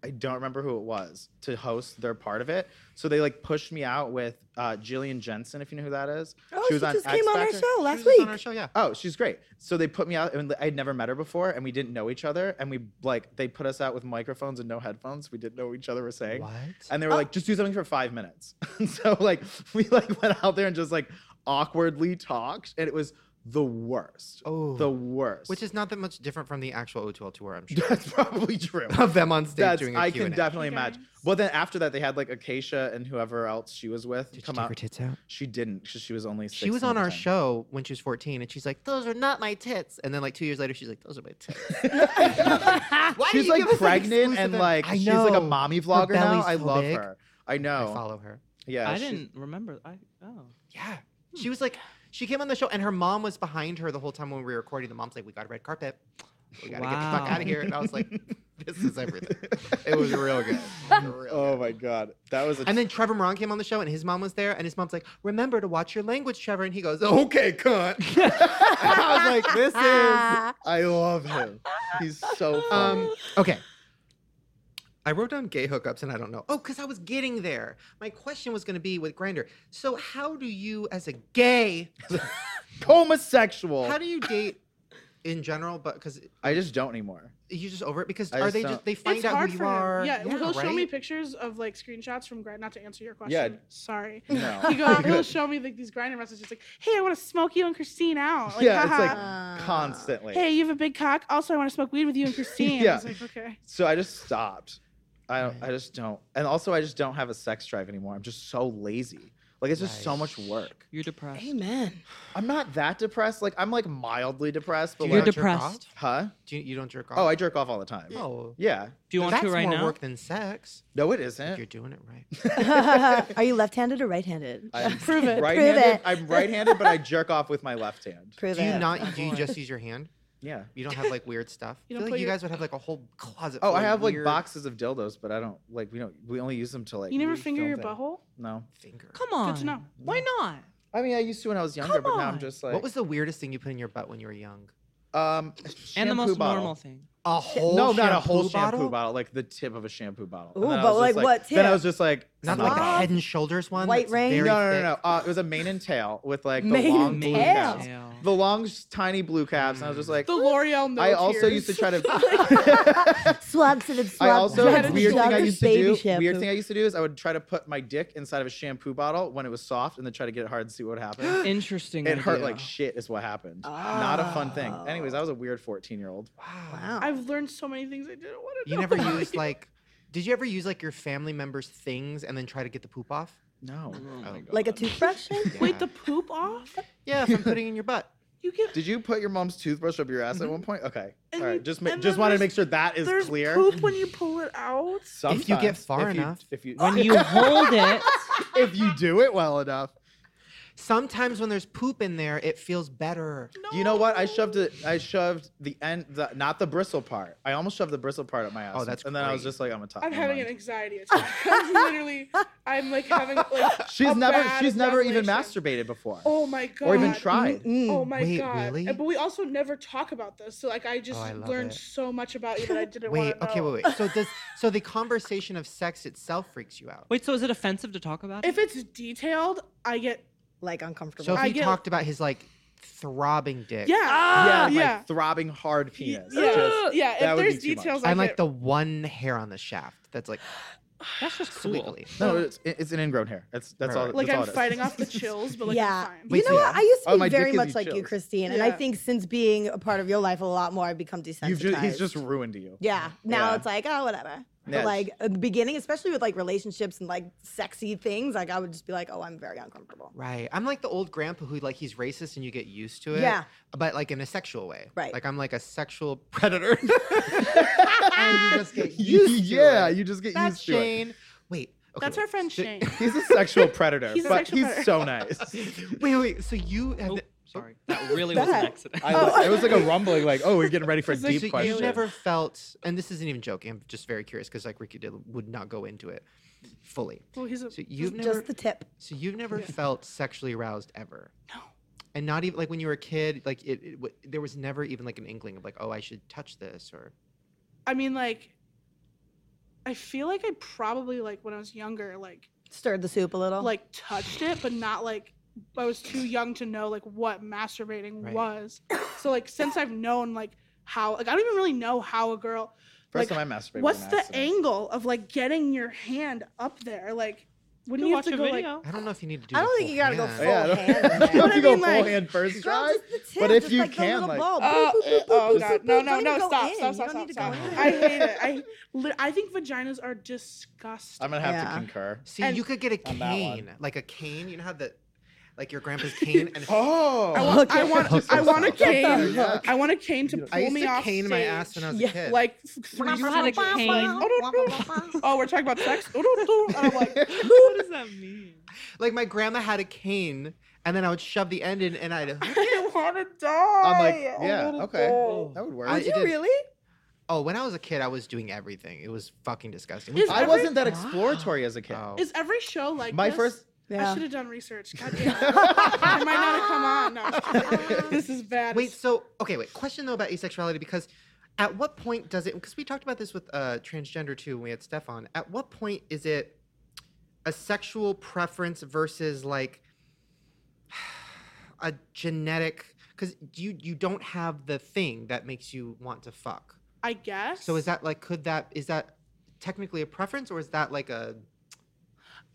I don't remember who it was to host their part of it, so they like pushed me out with uh, Jillian Jensen, if you know who that is. Oh, she, just X came on our Factor. show She last was just week. on our show. Yeah. Oh, she's great. So they put me out, and I'd never met her before, and we didn't know each other, and we like they put us out with microphones and no headphones. We didn't know what each other were saying. What? And they were Oh. like, just do something for five minutes. and so like we like went out there and just like awkwardly talked, and it was the worst. Oh. the worst. Which is not that much different from the actual O2L tour, I'm sure. that's probably true. of them on stage That's, doing a I Q&A. can definitely You imagine. guys. Well, then after that, they had like Acacia and whoever else she was with Did she come take out. her tits out? she didn't because she was only. She was 16 at on the our time. show when she was 14, and she's like, "Those are not my tits." And then like two years later, she's like, "Those are my tits." Why do she's you like give us an pregnant and exclusive- like I she's like a know. mommy vlogger now. belly's I so love big. her. I I know. follow her. yeah, I she's- didn't remember. I oh. Yeah, she was like, she came on the show, and her mom was behind her the whole time when we were recording. The mom's like, "We got a red carpet. We gotta get the fuck Wow. out of here." And I was like, "This is everything." It was real good. Real Oh good. my god, that was. A And then Trevor Moran came on the show, and his mom was there, and his mom's like, "Remember to watch your language, Trevor." And he goes, "Okay, cunt." And I was like, "This is." I love him. He's so funny. Um, okay. I wrote down gay hookups and I don't know. Oh, because I was getting there. My question was going to be with Grinder. So, how do you, as a gay, homosexual. how do you date in general? But because I just don't anymore. you just over it because I are just they just don't- they find it's out hard who you for him. are? Yeah, he'll show me right? pictures of like screenshots from Grind. Not to answer your question. Yeah. Sorry. No. He go, he'll show me like these grinder messages. He's like, hey, I want to smoke you and Christine out. Like, yeah, it's haha. Uh, like constantly. hey, you have a big cock. Also, I want to smoke weed with you and Christine. Yeah. I was like, okay. So I just stopped. I don't. I just don't. And also, I just don't have a sex drive anymore. I'm just so lazy. Like it's just so Right. much work. You're depressed. Amen. I'm not that depressed. Like I'm like mildly depressed, but Do you You're not like, jerk depressed. off? huh? Do you, you don't jerk off? Oh, I jerk off all the time. Oh. Yeah. Do you want That's to right more now? work than sex. No, it If you're isn't. doing it right. Are you left-handed or right-handed? I'm Prove it. Right-handed. Prove it. I'm right-handed, but I jerk off with my left hand. Prove Do you it. not? Do you just use your hand? Yeah. You don't have like weird stuff. You I feel don't put like you your- guys would have like a whole closet. Oh, full I of have like weird boxes of dildos, but I don't like we don't we only use them to like You never we finger film your things. butthole? No. finger. Come on. Good to know. Why not? I mean, I used to when I was younger, Come but now I'm on. just like what was the weirdest thing you put in your butt when you were young? um and the shampoo most bottle. normal thing. A whole no, not a whole shampoo bottle, like the tip of a shampoo bottle. And Ooh, then I but was just like what Then I tip? was just like, Not "Snob." like a head and shoulders one. White that's rain? very No, no, no, thick? no. Uh, it was a mane and tail with like the Mane and long blue tail. calves. the long, s- tiny blue calves, and I was just like, The L'Oreal no I also used tears. to try to. Swabs it and swabs. I also Drugs, weird thing I drugs, used to baby do. shampoo. Weird thing I used to do is I would try to put my dick inside of a shampoo bottle when it was soft, and then try to get it hard and see what happened. Interesting. it hurt idea. like shit, is what happened. Not a fun thing. Anyways, I was a weird fourteen-year-old. Wow. I've learned so many things I didn't want to You know. never about used like. Did you ever use like your family members' things and then try to get the poop off? No. Oh like a toothbrush? Yeah. Wait, the poop off? yeah, from putting in your butt. You get Did you put your mom's toothbrush up your ass at one point? Okay. Mm-hmm. And All right. you- Just ma- and just then wanted to make there's- sure that is there's clear. poop when you pull it out. Sometimes, If you get far if you- enough. if you when you hold it. if you do it well enough. Sometimes when there's poop in there, it feels better. You know what? I shoved it. I shoved the end, the, not the bristle part. I almost shoved the bristle part up my ass. Oh, that's And then I was great. just like, I'm a top. I'm having an anxiety attack. I'm literally, I'm like having like. She's a never. bad She's never even revelation. masturbated before, Oh my god. or even tried. Oh my Wait, god. really? And- But we also never talk about this. So like, Oh, I just I love learned it. so much about you that I didn't Wait, want to okay, wait, wait. So does so the conversation of sex itself freaks you out? Wait, so is it offensive to talk about? it? If it's detailed, I get like uncomfortable. So if I he get- talked about his like throbbing dick. Yeah. yeah, yeah. like Yeah. throbbing hard penis. yeah. Just- yeah. that If would be there's too much. details like, And like that, the one hair on the shaft that's like That's just cool. squiggly. no, it's, it's an ingrown hair. That's that's all. Right. like that's all I'm it is. fighting off the chills, but like yeah. I'm fine. You Wait, know what? yeah. I used Oh, to be my dick very gives much you like you, chills. Christine, and I Yeah. think since being a part of your life a lot more, I've become desensitized. You've just, he's just ruined you. yeah. Now Yeah. it's like oh whatever. Yeah. But like at the beginning, especially with like relationships and like sexy things, like I would just be like, oh, I'm very uncomfortable. Right. I'm like the old grandpa who like he's racist and you get used to it. Yeah. But like in a sexual way. Right. Like I'm like a sexual predator. and you just get You- used to yeah, it. you just get That's used to it. Shane. Wait. Okay, That's wait. our friend So- Shane. He's a sexual predator, He's a but sexual he's predator. so nice. Wait, wait. So you have Oh, ne- sorry. That really was an Bad. accident. I was, it was like a rumbling, like, oh, we're getting ready for a It's like deep so question. you never felt, and this isn't even joking. I'm just very curious because like Ricky did, would not go into it fully. Well, he's a So you've just never, the tip. so you've never felt sexually aroused ever. No. And not even like when you were a kid, like it, it w- there was never even like an inkling of like, oh, I should touch this or I mean, like, I feel like I probably like when I was younger, like, Stirred the soup a little. like touched it, but not like I was too young to know like what masturbating Right. was. So like since I've known like how like I don't even really know how a girl. First like, time I masturbated. with What's an the accident. angle of like getting your hand up there? Like, When wouldn't you, have to go like? I don't know if you need to do. I the don't think full you gotta go hand. Oh, full yeah, I don't- hand. I don't You know have what to I go mean? full Like, hand first Girl, try. just the tip, But if just you like can, the little like- bulb. Uh, Boop, boop, boop, boop, oh boop, god, boop, no, boop. no, Don't even no! go Stop, in. stop, You stop, don't stop, need to stop! go in. I hate it. I li- I think vaginas are disgusting. I'm gonna have Yeah. to concur. See, And- you could get a On that one. cane, like a cane. You know how the, like your grandpa's cane. And Oh, I want, I Hook want, I want a yourself. Get the cane. hook. I want a cane to pull I used me to off cane stage. my ass when I was Yeah, a kid. like f- three You years had a ago. cane. oh, we're talking about sex. Oh, no, no. And I'm like, what does that mean? Like my grandma had a cane, and then I would shove the end in, and I'd. I want to die. Oh, I'm like, I yeah, wanna okay, die. that would work. I Did It you did. really? oh, when I was a kid, I was doing everything. It was fucking disgusting. Is I every- wasn't that exploratory as a kid. Oh. Is every show like My this? first. I should have done research. God damn. it. I might not have come on. No, I'm just kidding. this is bad. Wait, so okay, wait. Question though about asexuality because at what point does it? Because we talked about this with uh, transgender too when we had Steph on. At what point is it a sexual preference versus like a genetic? Because you you don't have the thing that makes you want to fuck. I guess. So is that like could that is that technically a preference or is that like a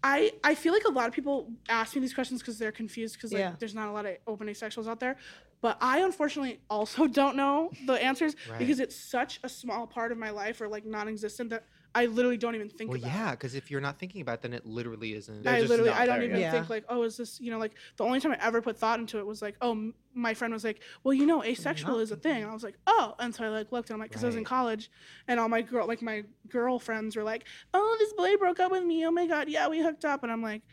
I, I feel like a lot of people ask me these questions because they're confused because like Yeah. there's not a lot of open asexuals out there. But I unfortunately also don't know the answers because it's such a small part of my life or like non existent that I literally don't even think well about. yeah? Because if you're not thinking about, it, then it literally isn't. They're I just literally, not I don't there even yet. think like, oh, is this, you know, like the only time I ever put thought into it was like, oh, m- my friend was like, well, you know, asexual is a thing. And I was like, oh, and so I like looked and I'm like, because I was in Right. college, and all my girl, like my girlfriends were like, oh, this boy broke up with me. Oh my god, yeah, we hooked up, and I'm like,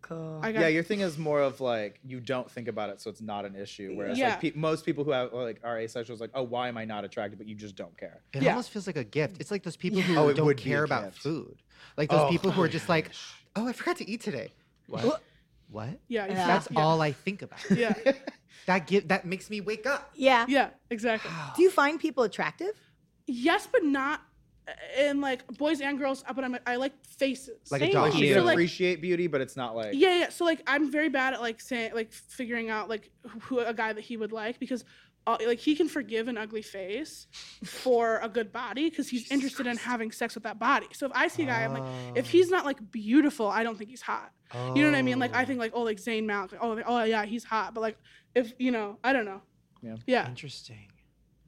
Cool. I got, Yeah, your thing is more of like you don't think about it, so it's not an issue. Whereas Yeah. like pe- most people who have like are asexual is like, oh, why am I not attracted? But you just don't care. It Yeah. almost feels like a gift. It's like those people who Oh, it don't would be a care about gift. food. Like those Oh, people who are my just like, oh, I forgot to eat today. What? what? yeah, you Yeah. feel- That's all I think about. yeah, that give that makes me wake up. Yeah. yeah, exactly. Do you find people attractive? Yes, but not, uh, in like boys and girls, but I'm, I like faces. Oh, Like a Thank dog. Like you So, like- appreciate beauty, but it's not like Yeah, yeah. So like, I'm very bad at like saying like figuring out like who, who a guy that he would like because uh, like he can forgive an ugly face for a good body because he's interested in having sex with that body. So if I see a guy, I'm like, Ah. if he's not like beautiful, I don't think he's hot. You know what I mean? Ah. Like I think like oh like Zayn Malik, like, oh like, oh yeah, he's hot. But like if you know, I don't know. Yeah. Yeah. Oh. Interesting.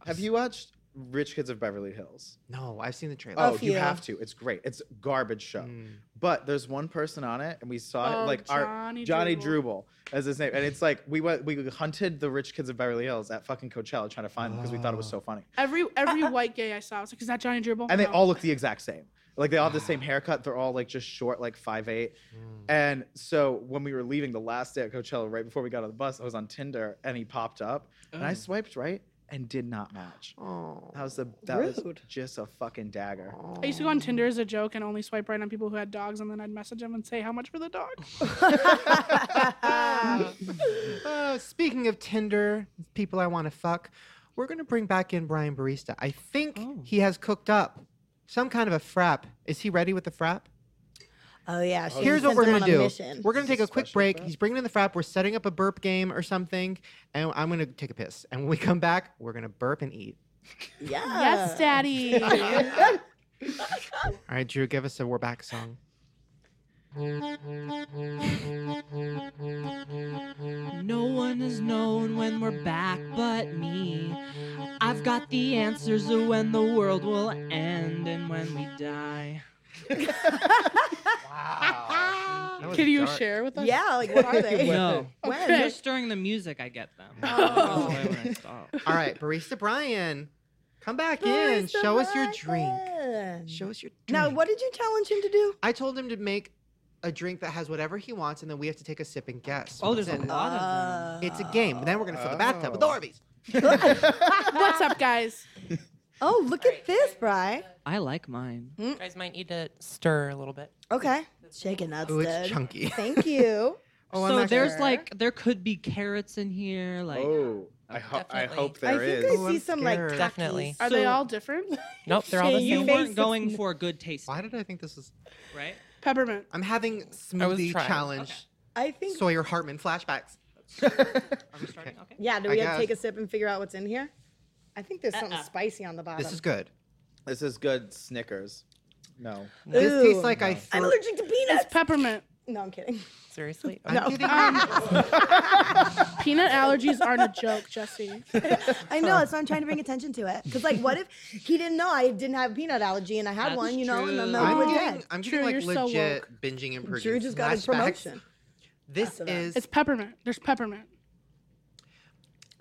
Have you watched Rich Kids of Beverly Hills? No, I've seen the trailer. Oh, Of you you. have to. It's great. It's a garbage show. Mm. But there's one person on it, and we saw Oh, it Uh, like our Johnny Johnny Drubel. Drubel as his name, and it's like we went we hunted the Rich Kids of Beverly Hills at fucking Coachella trying to find them because we thought it was so funny, Every every white gay I saw, I was like, is that Johnny Dribble? and they No. all look the exact same. Like they all have the same haircut. They're all like just short, like five eight. And so when we were leaving the last day at Coachella, right before we got on the bus, I was on Tinder, and he popped up, and I swiped right and did not match. Oh. That was the that was just a fucking dagger. I used to go on Tinder as a joke and only swipe right on people who had dogs, and then I'd message them and say how much for the dog. Uh, speaking of Tinder, people I want to fuck, we're gonna bring back in Brian Barista. I Oh. think he has cooked up some kind of a frap. Is he ready with the frap? Oh yeah. she Here's what sent we're him gonna on a do. mission. We're gonna This take is a a quick special break. event. He's bringing in the frap. We're setting up a burp game or something, and I'm gonna take a piss. And when we come back, we're gonna burp and eat. Yeah. Yes, Daddy. All right, Drew, give us a we're back song. No one has known when we're back but me. I've got the answers to when the world will end and when we die. That was Can you dark. share with us? Yeah. Like what are they? No. When? Okay. Just during the music, I get them. Oh. That's why when I stop. All right, barista Brian, come back in. Where's the Show us your drink. button? Show us your drink. Now, what did you challenge him to do? I told him to make a drink that has whatever he wants, and then we have to take a sip and guess. Oh, what's there's a in it. lot of them. It's a Uh, game. Then we're gonna fill the bathtub with Oh. Orbeez. What's up, guys? Oh, look at this, Bry. I like mine. You guys might need to stir a little bit. Okay. Shaking that Oh, stud. it's chunky. Thank you. Oh, I'm so not there's sure. like there could be carrots in here. Like Oh, I, ho- I Definitely. hope I there think is. Oh, I see I'm some like scared. Definitely. Takis. Are they So- all different? Nope, they're all Your the you same. face weren't is going n- for good taste, Why did I think this was? right? Peppermint. I'm having smoothie trying. challenge. I think. Sawyer Hartman flashbacks. Are we starting? Okay. yeah. Do I we have to guess. take a sip and figure out what's in here? I think there's something spicy on the bottom. This is good. This is good Snickers. No. This tastes Ooh. like I. I'm threw- allergic to peanuts. It's peppermint. No, I'm kidding. Seriously? I'm kidding. Peanut allergies aren't a joke, Jesse. I know. That's why I'm trying to bring attention to it. Because, like, what if he didn't know I didn't have a peanut allergy and I had That's one, you know, and then true. then we I'm were getting, dead. I'm Drew, getting like you're so legit woke. binging and purging. Drew just got his flashbacks. promotion. This After that. is It's peppermint. There's peppermint.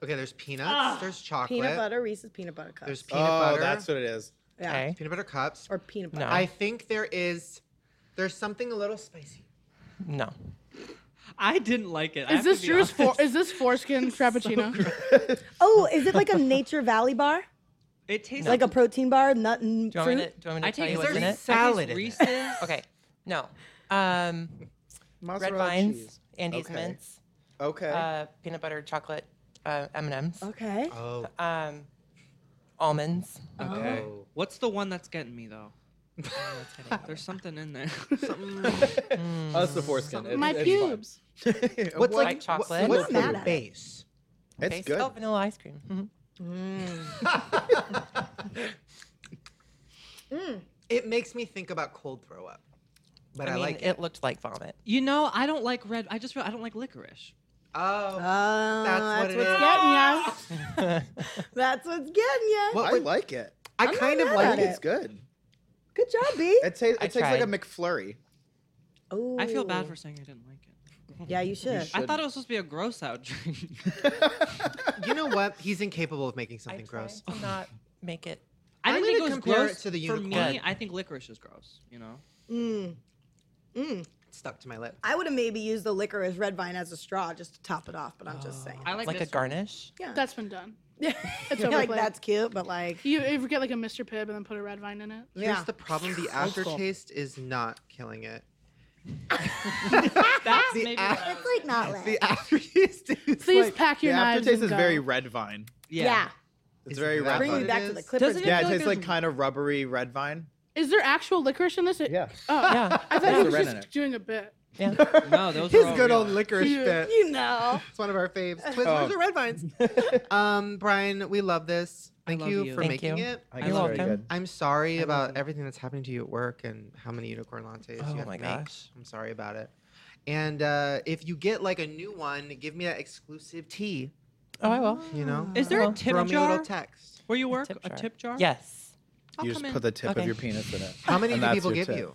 okay. There's peanuts. there's chocolate. ah, Peanut butter, Reese's peanut butter cups. There's peanut Oh, butter. that's what it is. yeah. Okay. Peanut butter cups. Or peanut butter. No. I think there is. There's something a little spicy. No. I didn't like it. I Is have to this be Drew's honest. for, is this foreskin frappuccino? Oh, is it like a Nature Valley bar? It tastes Like a protein bar, nut and Do you want me to, fruit? do you want me I to tell take you Is what's in there it? salad in it? Reese's. Okay. No. Um, red Mozzarella vines, cheese. Andes Okay. mints, Okay. uh, peanut butter, chocolate, uh, M&Ms, Okay. Oh. um, almonds. Okay. Oh. What's the one that's getting me though? There's something in there. Oh, it's the foreskin. It- My it's fine. pubes. What's White like wha- chocolate. What's I'm not mad the at it. base? It's Based- good. Oh, vanilla ice cream. Mhm. Mm. It makes me think about cold throw up, but I, I mean, like it. it. looked like vomit. you know, I don't like red. I just real- I don't like licorice. Oh, Oh, That's what that's it what's is. getting ya. That's what's getting ya. What I would- like it. I not kind of mad I at like think it. it's good. Good job, B. It, ta- it I tastes like a tried. McFlurry. Oh, I feel bad for saying I didn't like it. Yeah, you should. I thought it was supposed to be a gross out drink. You know what? He's incapable of making something I tried gross. to not make it. I I'm didn't think it gonna was compare gross it to the For unicorn. me, I think licorice is gross. You know. Mm. Mm. It stuck to my lip. I would have maybe used the licorice red vine as a straw just to top it off, but I'm just saying. I like, Like a this garnish. That's been done. Yeah, It's like overplayed. that's cute, but like, You ever get like a Mr. Pibb and then put a red vine in it? Here's yeah. the problem: the aftertaste is not killing it. one. That's The maybe. a- what I was- it's like not lit. The aftertaste is Please like, pack your the knives. aftertaste and is go. very red vine. yeah. yeah. It's, Is very that red what Bring me vine. it back to the is? Clippers. Doesn't it Yeah, it feel like tastes like there's- kind of rubbery red vine. Is there actual licorice in this? It- Yeah. Oh, Yeah. I thought he the was red just in it. doing a bit. Yeah. No, those His were all good real. old licorice Yeah. bit. You know. It's one of our faves. Twizzlers Oh. or red vines. um, Brian, we love this. Thank love you, you. for Thank making you. it. I I think it's love very them. good. I'm sorry about everything that's happening to you at work and how many unicorn lattes Oh you have my to make. gosh. I'm sorry about it. And uh, if you get like a new one, give me that exclusive tea. Oh, I will. You know, Is there a Well, tip throw me a jar little text. where you work? tip a jar. tip jar? Yes. I'll You come just in. put the tip Okay. of your penis in it. How many And do that's people your give tip. you?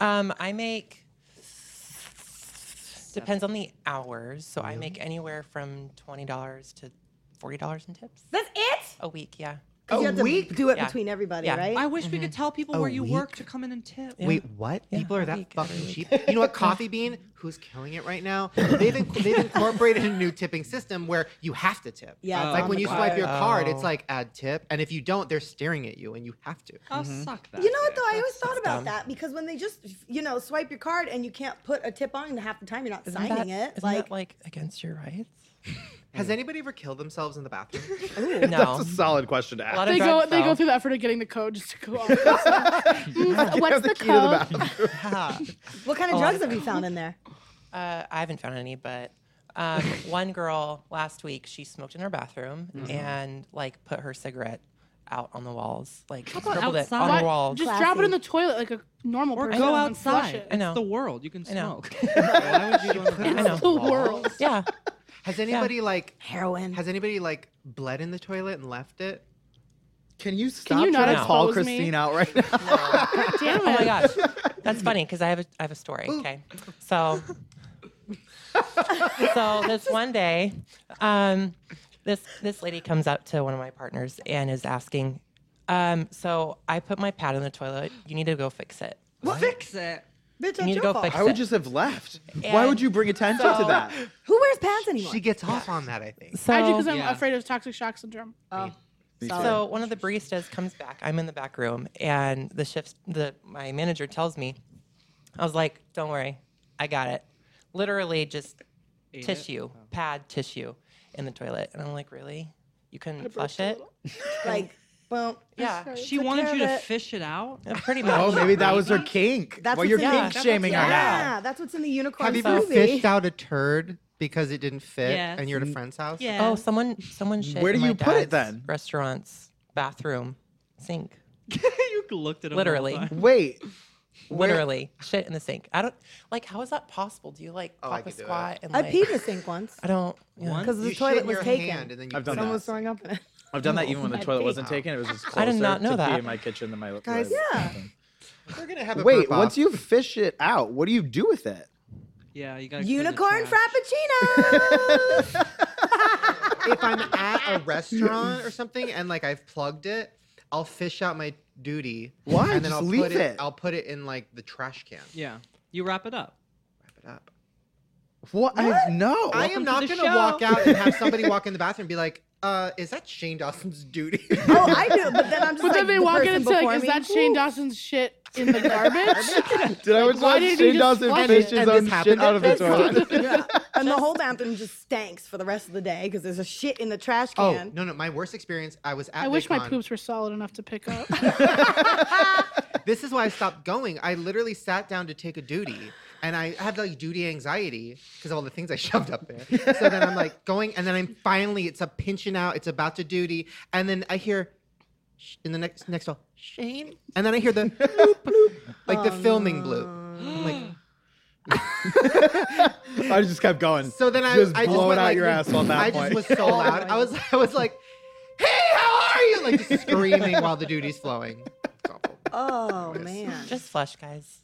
Um, I make depends on the hours. So I make anywhere from twenty dollars to forty dollars in tips That's it? a week. Yeah. Because you A have to week? do it Yeah. between everybody, Yeah. right? I wish we could tell people A where you work week? to come in and tip. Yeah. Wait, what? Yeah, People are a that week, every fucking week. cheap. You know what? Coffee Bean, who's killing it right now? They've, inc- they've incorporated a new tipping system where you have to tip. Yeah, Oh. it's Like on when the you card. swipe your card, it's Oh. like add tip, and if you don't, they're staring at you, and you have to. I'll suck that. You know what dick. though? I always thought about dumb. that because when they just, you know, swipe your card and you can't put a tip on, half the time you're not Isn't signing that, it. isn't Like, that like against your rights? Has anybody ever killed themselves in the bathroom? No. That's a solid question to ask. A lot of They drugs go, they sell. go through the effort of getting the code just to go off. Mm, What's the key to the code? bathroom. Yeah. What Oh, kind of drugs have you found in there? Uh, I haven't found any, but um, one girl last week she smoked in her bathroom and like put her cigarette out on the walls, like scribbled it on outside? the walls. Just drop it Classy. in the toilet like a normal Or person. go and flush outside. it. I know. It's the world. You can I know. smoke. Why would you do it in I the know. bathroom? The world. yeah, Has anybody like Heroin. has anybody like bled in the toilet and left it? Can you stop you not trying to call expose me? Christine out right now? Damn it. Oh my gosh, that's funny because I have a I have a story. Okay, so so this one day, um, this this lady comes up to one of my partners and is asking, um, so I put my pad in the toilet. You need to go fix it. Fix it. Bitch, You that's need to your go fault. fix I would it. just have left. Why would And you bring attention to so- that? Who wears pants anymore? She gets off on that, I think. So I do because I'm Yeah. afraid of toxic shock syndrome. oh, So one of the baristas comes back. I'm in the back room, and the shift, the my manager tells me, I was like, "Don't worry, I got it." Literally, just Ate it? tissue, pad tissue, in the toilet, and I'm like, "Really? You couldn't flush it?" like, well, Yeah, She Took wanted care you of to it. fish it out. pretty much. Oh, maybe that was her kink. That's well, what's you're in- kink Yeah. shaming her now. yeah, that's what's in the unicorn Have you ever movie. fished out a turd because it didn't fit Yes. and you're at a friend's house? Oh, someone, someone shit. Where in do my you put dad's it then? Restaurant's bathroom sink. you looked at him. Literally. Wait, Where- Literally, shit in the sink. I don't like. How is that possible? Do you like Oh, I pop a could do it. squat and I like? peed in the sink once I don't. yeah. Once? because You the shit toilet in was your taken. hand and then you I've done piss. Someone that. was throwing up in it. I've done that even when the My toilet feet. wasn't taken. It was just closer I did not know to that. pee in my kitchen than my Guys, my- yeah. We're gonna have a Wait, burp off. once you fish it out, what do you do with it? Yeah, you got Unicorn trash. frappuccino. if I'm at a restaurant or something and like I've plugged it, I'll fish out my duty. Why? And then Just I'll leave put it. I'll put it in like the trash can. Yeah, you wrap it up. Wrap it up. What? I no. I Welcome am to not the gonna walk show. out and have somebody walk in the bathroom and be like, uh, is that Shane Dawson's duty? oh, I do, but then I'm just But like then they the walk in person and say, before like, is me. that Shane Dawson's shit in the garbage? Did I just why watch didn't Shane you just Dawson flush fish his it? And this own shit happened out of the at this toilet? Yeah. And the whole bathroom just stanks for the rest of the day because there's a shit in the trash oh can. no, no, my worst experience. I was at I wish my VidCon. poops were solid enough to pick up. This is why I stopped going. I literally sat down to take a duty, and I had like duty anxiety because of all the things I shoved up there. So then I'm like going, and then I'm finally it's a pinching out. It's about to duty, and then I hear sh- in the next next stall Shane, and then I hear the bloop bloop, like Oh, the filming bloop. I'm like, I just kept going. so then I Just I just blowing went, out like, your this- asshole at that I point. just was Oh so loud. I was I was like, hey, how are you? Like just screaming while the duty's flowing. It's awful. Oh, man. Just flush, guys.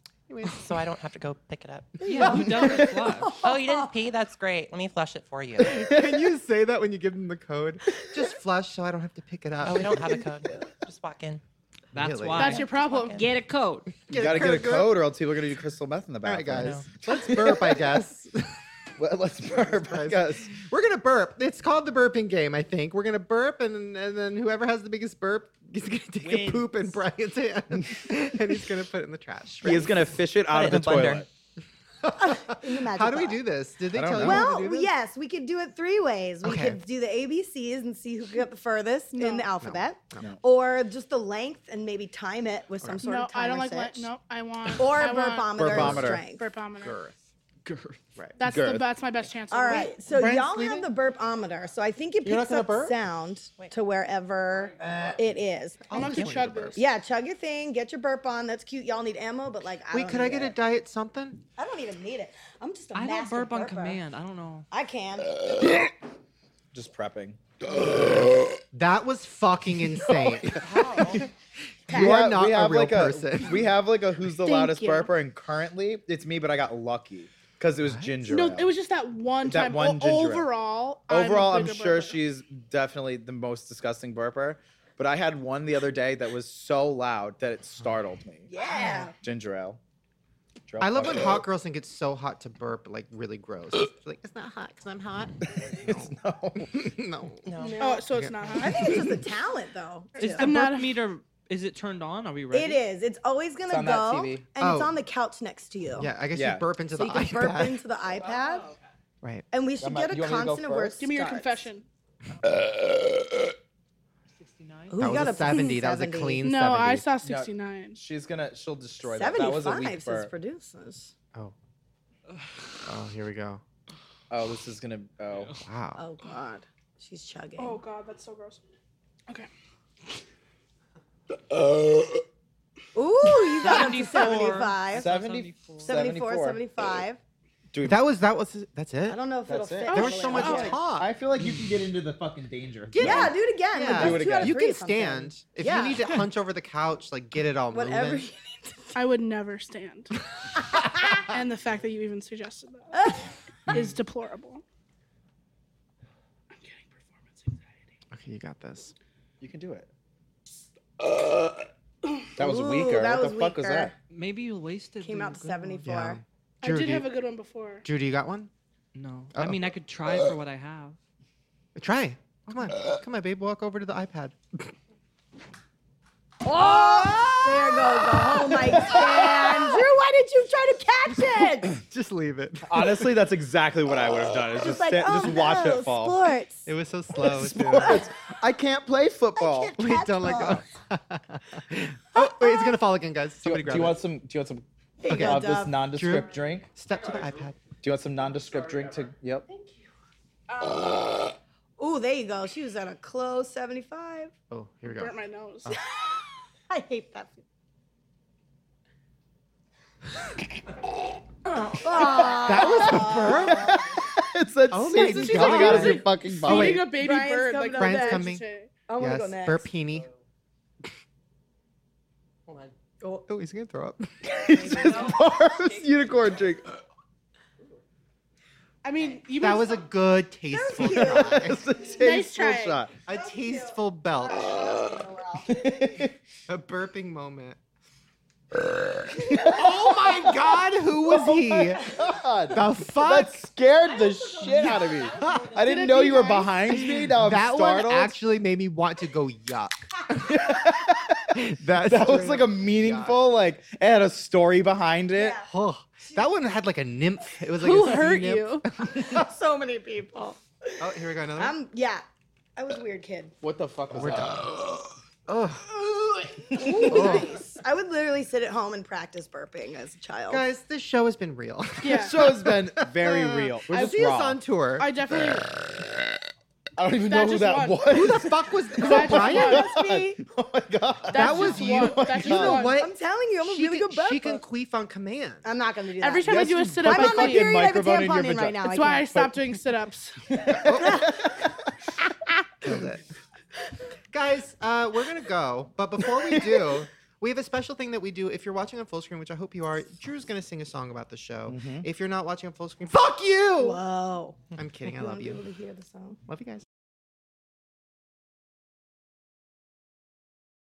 So I don't have to go pick it up. Yeah, you definitely flush. Oh, you didn't pee? That's great. Let me flush it for you. Can you say that when you give them the code? Just flush so I don't have to pick it up. Oh, we don't have a code. Just walk in. That's Really? why. That's your problem. Get a coat. You gotta get a code, or else people are gonna do crystal meth in the All bathroom. right, guys. Let's burp, I guess. Well, let's burp. I Guys. guess. We're gonna burp. It's called the burping game, I think. We're gonna burp, and and then whoever has the biggest burp is gonna take a poop in Brian's hand, and he's gonna put it in the trash. He is gonna fish it out it of the in a blender. toilet. In the magic How do we box. do this? Did they I don't tell you? know. how to Well, do this? yes, we could do it three ways. We Okay. could do the ABCs and see who got the furthest in the alphabet, No. or just the length and maybe time it with some sort No, of timer I don't like. set. Li- no, I want. Or a I want burpometer, and Burpometer. strength. burpometer. Right. That's the, Girth. that's my best chance. All Wait, right, so Brent's y'all leading? have the burpometer, so I think it You're not picks gonna up burp? Uh, sound to wherever it is. I'm up to chug burps. Yeah, chug your thing, get your burp on. That's cute. Y'all need ammo, but like, I Wait, don't could I need get a it. diet something? I don't even need it. I'm just a I don't master burp on burper. command. I don't know. I can. Uh, Just prepping. That was fucking insane. Oh. We You are have- not we a have real like person. we have like a who's the Thank loudest you. burper, and currently it's me, but I got lucky because it was ginger. No, ale. it was just that one That time. one O- ginger ale. overall, I'm a Overall, I'm, bigger sure burper. she's definitely the most disgusting burper. But I had one the other day that was so loud that it startled me. Yeah. Ginger ale. Ginger ale I love when fucking hot girls think it's so hot to burp, like really gross. It's like it's not hot because I'm hot. no. no. No. Oh, so it's not. I Huh? think it's just a talent, though. Is too. the I'm not burp a- meter? Is it turned on? Are we ready? It is. It's always gonna It's on that go, TV. and it's Oh. on the couch next to you. Yeah, I guess Yeah. you burp into So the you can burp iPad. into the iPad. Right. And we should Grandma, get a you want me to go constant of where first? Give me your starts. confession. 69. that Ooh, you was got a 70. That was a 70. clean No, 70. I saw 69. She's gonna. She'll destroy that. That was a 75 weak says burp. producers. Oh. Oh, here we go. Oh, this is gonna. Oh, Wow. Oh God, she's chugging. Oh god, that's so gross. Okay. Ooh, you got up to 74. 75. 74. 74, 75. That was that was that's I it. don't know if That's it'll it. fit. There Oh, was so shit. much Okay. talk. I feel like you can get into the fucking danger. Yeah, do it again. Yeah. Do Like, that's it two out again. of You three can or something. stand if Yeah. you need to hunch over the couch, like get it all Whatever. moving. I would never stand. and the fact that you even suggested that is deplorable. I'm getting performance anxiety. Okay, you got this. You can do it. that was Uh, Ooh, weaker. that what was the fuck was weaker. that? Maybe you wasted. Came the out to good one. 74. Yeah. I Drew, did do have you- a good one before. Drew, do you got one? No, I Uh-oh. mean I could try for what I have. Try. Come on. Come on, babe. Walk over to the iPad. Oh, There goes the whole mic stand. Drew, why did you try to catch it? Just leave it. Honestly, that's exactly what I would have done. Is Just just like, sit- oh, just watch no, it fall. Sports. It was so slow. too. Sports. I can't play football. can't- Wait, don't let go. oh, wait, it's gonna fall again, guys. Do Somebody you, do you grab want it. some? Do you want some Here you go, of this Dove. nondescript drink? Step to the iPad. Do you want some nondescript drink to? Yep. Ooh, there you go. She was at a close 75. Oh, here we go. Burnt my nose. Oh, I hate that. Oh. That was a burp. it's that Oh oh my coming God. out of your fucking Feeding body. a baby Brian's bird coming like up that. next. Brian's I want to go Yes, next. burpini. Hold on. Oh, he's gonna throw up. It's just bars. Unicorn drink. I mean, you That mean- was a good, tasteful cute. try. It's a Nice tasteful try. shot. A tasteful belch. a burping moment. oh my god, who was he? God. The fuck? That scared the shit out of me. I didn't it know be you were nice? behind me. Now I'm that one startled. actually made me want to go yuck. That's that was true. like a meaningful, like it had a story behind it. Oh, that one had like a nymph. It was like Who a sea hurt nymph. you? so many people. Oh, here we go. Another one. I'm yeah. I was a weird kid. What the fuck was We're that? done. Oh. Nice. I would literally sit at home and practice burping as a child. Guys, this show has been real. Yeah. This show's been very real. We're Uh, I just see raw. us on tour. I definitely. I don't even That know who just that won. Who the was. fuck was That just Brian? won. Must be. oh my god. That That's was just you. One. That's You just know one. what? I'm telling you, I'm a She really can- good burper. she can queef on command. I'm not gonna do that. Every time I Yes, do a you sit put up, I'm I on my fucking quit. period. I have a microphone in your tampon in, right now. vagina. That's I why I can't. stopped doing sit ups. Killed it. Guys, uh, we're gonna go, but before we do, we have a special thing that we do. If you're watching on full screen, which I hope you are, Drew's gonna sing a song about the show. If you're not watching on full screen, fuck you! Whoa. I'm kidding. I love want people you. to hear the song. Love you guys.